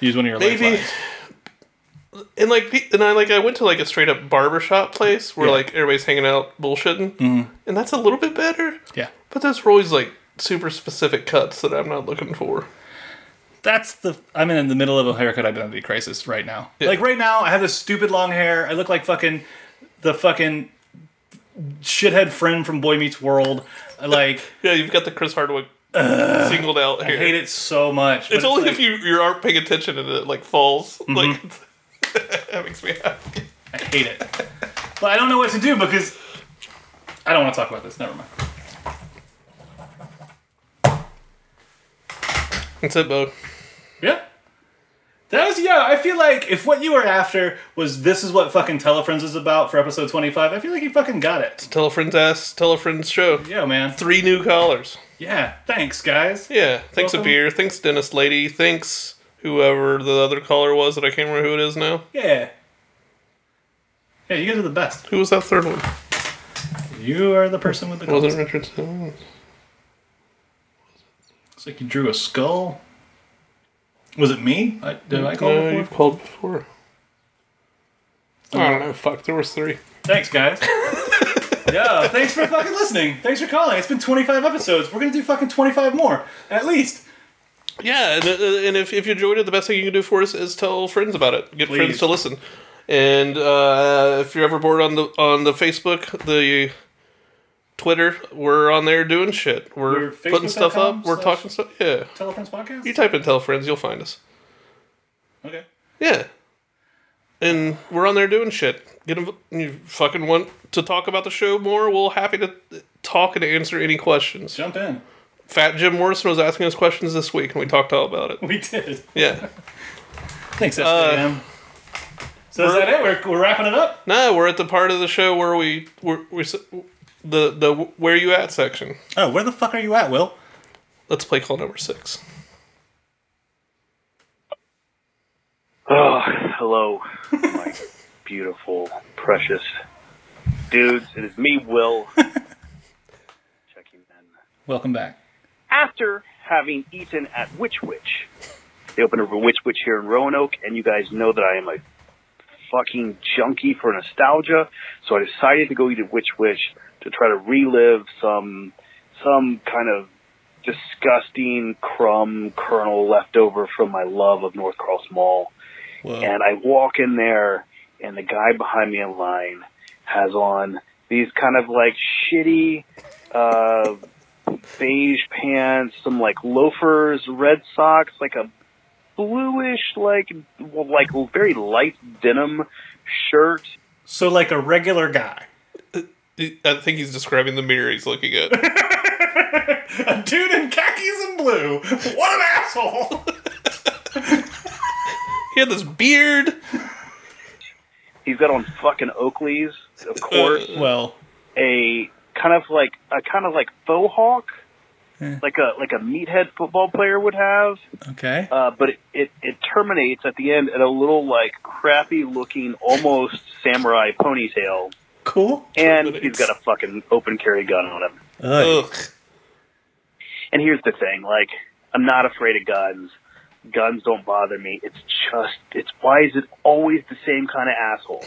Speaker 1: Use one of your
Speaker 2: Maybe.
Speaker 1: lifelines.
Speaker 2: and like pe- and I like I went to like a straight up barbershop place where
Speaker 1: Yeah.
Speaker 2: like everybody's hanging out bullshitting,
Speaker 1: Mhm.
Speaker 2: and that's a little bit better.
Speaker 1: Yeah.
Speaker 2: But those were always like super specific cuts that I'm not looking for.
Speaker 1: That's the. I'm in the middle of a haircut identity crisis right now. Like right now, I have this stupid long hair. I look like fucking the fucking shithead friend from Boy Meets World. Like
Speaker 2: (laughs) yeah, you've got the Chris Hardwick singled out
Speaker 1: I
Speaker 2: here.
Speaker 1: hate it so much.
Speaker 2: It's,
Speaker 1: but
Speaker 2: only
Speaker 1: like- Mm-hmm.
Speaker 2: if you you aren't paying attention and it like falls. (laughs) Like (laughs) that makes me happy.
Speaker 1: I hate it. But I don't know what to do because I don't want to talk about this. Never mind.
Speaker 2: That's it, Bo.
Speaker 1: Yeah. That was yeah. I feel like if what you were after was this is what fucking Telefriends is about for episode twenty five, I feel like you fucking got it.
Speaker 2: Tell a friend's ass. Tell a friend's show.
Speaker 1: Yeah, man.
Speaker 2: Three new callers.
Speaker 1: Yeah. Thanks, guys.
Speaker 2: Yeah. Thanks a
Speaker 1: Welcome.
Speaker 2: beer. Thanks Dennis Lady. Thanks whoever the other caller was that I can't remember who it is now.
Speaker 1: Yeah. Yeah, you guys are the best.
Speaker 2: Who was that third one?
Speaker 1: You are the person with the
Speaker 2: Wasn't
Speaker 1: goals.
Speaker 2: Richardson?
Speaker 1: It's like you drew a skull. Was it me? I, did I call
Speaker 2: No,
Speaker 1: before?
Speaker 2: you've called before. I don't know. Fuck. There was three.
Speaker 1: Thanks, guys.
Speaker 2: (laughs)
Speaker 1: yeah, thanks for fucking listening. Thanks for calling. It's been 25 episodes. We're gonna do fucking 25 more, at least.
Speaker 2: Yeah, and, uh, and if, if you enjoyed it, the best thing you can do for us is tell friends about it. Get
Speaker 1: Please.
Speaker 2: friends to listen. And uh, if you're ever bored on the on the Facebook, the Twitter, we're on there doing shit. We're,
Speaker 1: We're
Speaker 2: putting stuff
Speaker 1: facebook.com
Speaker 2: up. We're
Speaker 1: slash
Speaker 2: talking stuff. Yeah.
Speaker 1: Telefriends podcast.
Speaker 2: You type in tell friends, you'll find us.
Speaker 1: Okay.
Speaker 2: Yeah. And we're on there doing shit. Get inv- you fucking want to talk about the show more? We'll happy to talk and answer any questions.
Speaker 1: Jump in.
Speaker 2: Fat Jim Morrison was asking us questions this week, and we talked all about it.
Speaker 1: We did.
Speaker 2: Yeah.
Speaker 1: (laughs)
Speaker 2: Uh,
Speaker 1: Thanks, SJM. So is that it? We're, we're wrapping it up.
Speaker 2: No, we're at the part of the show where we where we s- the the where you at section.
Speaker 1: Oh, where the fuck are you at, Will?
Speaker 2: Let's play call number six.
Speaker 16: Oh, hello, my (laughs) beautiful, precious dudes. It is me, Will.
Speaker 1: Welcome back.
Speaker 16: After having eaten at Witch Witch, they opened a Witch Witch here in Roanoke, and you guys know that I am a fucking junkie for nostalgia. So I decided to go eat at Witch Witch to try to relive some some kind of disgusting crumb kernel left over from my love of North Cross Mall. And I walk in there, and the guy behind me in line has on these kind of like shitty uh, beige pants, some like loafers, red socks, like a bluish, like well, like very light denim shirt.
Speaker 1: So like a regular guy,
Speaker 2: I think he's describing the mirror he's looking
Speaker 1: (laughs)
Speaker 2: at.
Speaker 1: (laughs) a dude in khakis and blue. What an
Speaker 2: (laughs)
Speaker 1: asshole!
Speaker 2: he had this beard.
Speaker 16: He's got on fucking Oakleys,
Speaker 2: Uh.
Speaker 16: of course.
Speaker 1: well,
Speaker 16: a kind of like a kind of like faux hawk,
Speaker 2: Eh.
Speaker 16: like a like a meathead football player would have.
Speaker 1: okay.
Speaker 16: Uh, but it, it, it terminates at the end at a little like crappy looking, almost samurai ponytail,
Speaker 1: Cool.
Speaker 16: and he's got a fucking open carry gun on him.
Speaker 1: Ugh.
Speaker 16: And here's the thing, like I'm not afraid of guns. Guns don't bother me. It's just it's why is it always the same kind of
Speaker 2: (laughs)
Speaker 16: asshole?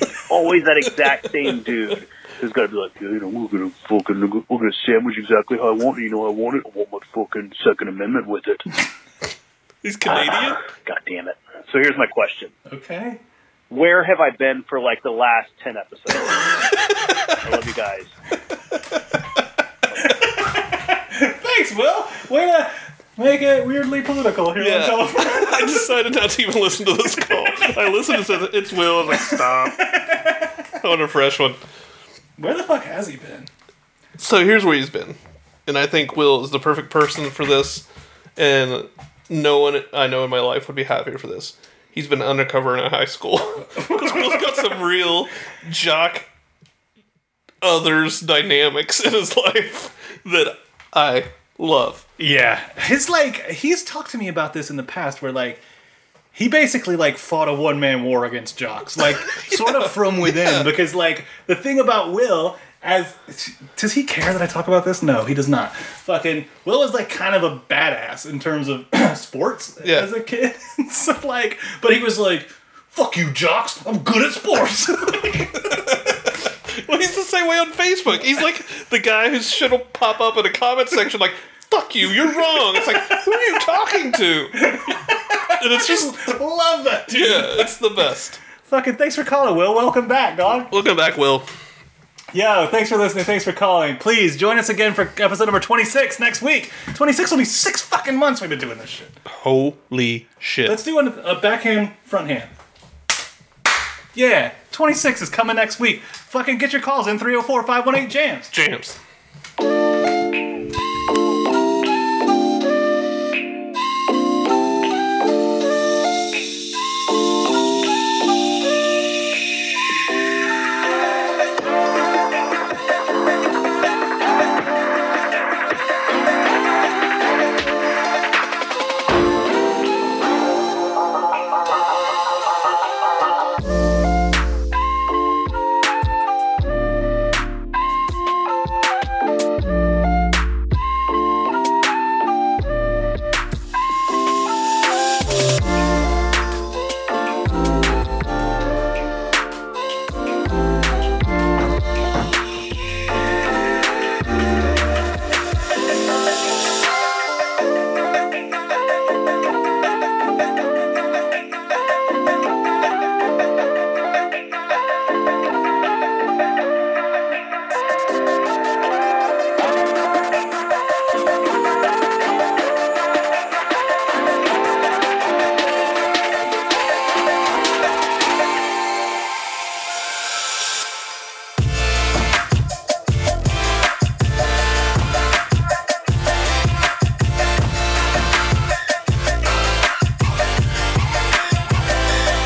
Speaker 16: It's always that exact same dude who's gonna be like, yeah, you know, we're gonna fucking we're gonna sandwich exactly how I want it. You know, I want it. I want my fucking Second Amendment with it.
Speaker 2: (laughs) He's Canadian.
Speaker 16: (sighs) God damn it. So here's my question.
Speaker 1: Okay.
Speaker 16: Where have I been for like the last ten
Speaker 2: (laughs)
Speaker 16: episodes? I love you guys.
Speaker 1: Thanks, Will. Way to make it weirdly political here
Speaker 2: Yeah.
Speaker 1: on telephone.
Speaker 2: (laughs) I decided not to even listen to this call. I listened to it. It's Will. I was like, stop. I want a fresh one.
Speaker 1: Where the fuck has he been?
Speaker 2: So here's where he's been, and I think Will is the perfect person for this, and no one I know in my life would be happier for this. He's been undercover in a high school. (laughs) Because (laughs) Will's got some real jock others dynamics in his (laughs) life that I love.
Speaker 1: Yeah. His like he's talked to me about this in the past where like he basically like fought a one man war against jocks. Like sort of from within because like the thing about Will as does he care that I talk about this? No, he does not. Fucking Will is like kind of a badass in terms of (clears throat) sports
Speaker 2: Yeah.
Speaker 1: (laughs) as a kid. so like but he was like
Speaker 18: Fuck you, jocks. I'm good at sports.
Speaker 2: Well, he's the same way on Facebook. He's like the guy whose shit will pop up in the comment section, like, fuck you, you're wrong. It's like, who are you talking to? And
Speaker 1: (laughs)
Speaker 2: it's just.
Speaker 1: Love that dude.
Speaker 2: Yeah, it's the best.
Speaker 1: Fucking thanks for calling, Will. Welcome back, dog.
Speaker 2: Welcome back, Will.
Speaker 1: Yo, thanks for listening. Thanks for calling. Please join us again for episode number 26 next week. 26 will be six fucking months we've been doing this shit.
Speaker 2: Holy shit.
Speaker 1: Let's do one a backhand, front hand. Yeah, 26 is coming next week. Fucking get your calls in 304 518 Jams.
Speaker 2: Jams.
Speaker 1: Go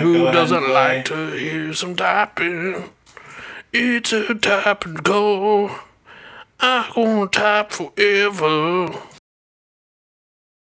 Speaker 19: Who
Speaker 1: ahead
Speaker 19: doesn't
Speaker 1: and
Speaker 19: like to hear some typing? It's a type and go. I gonna type forever.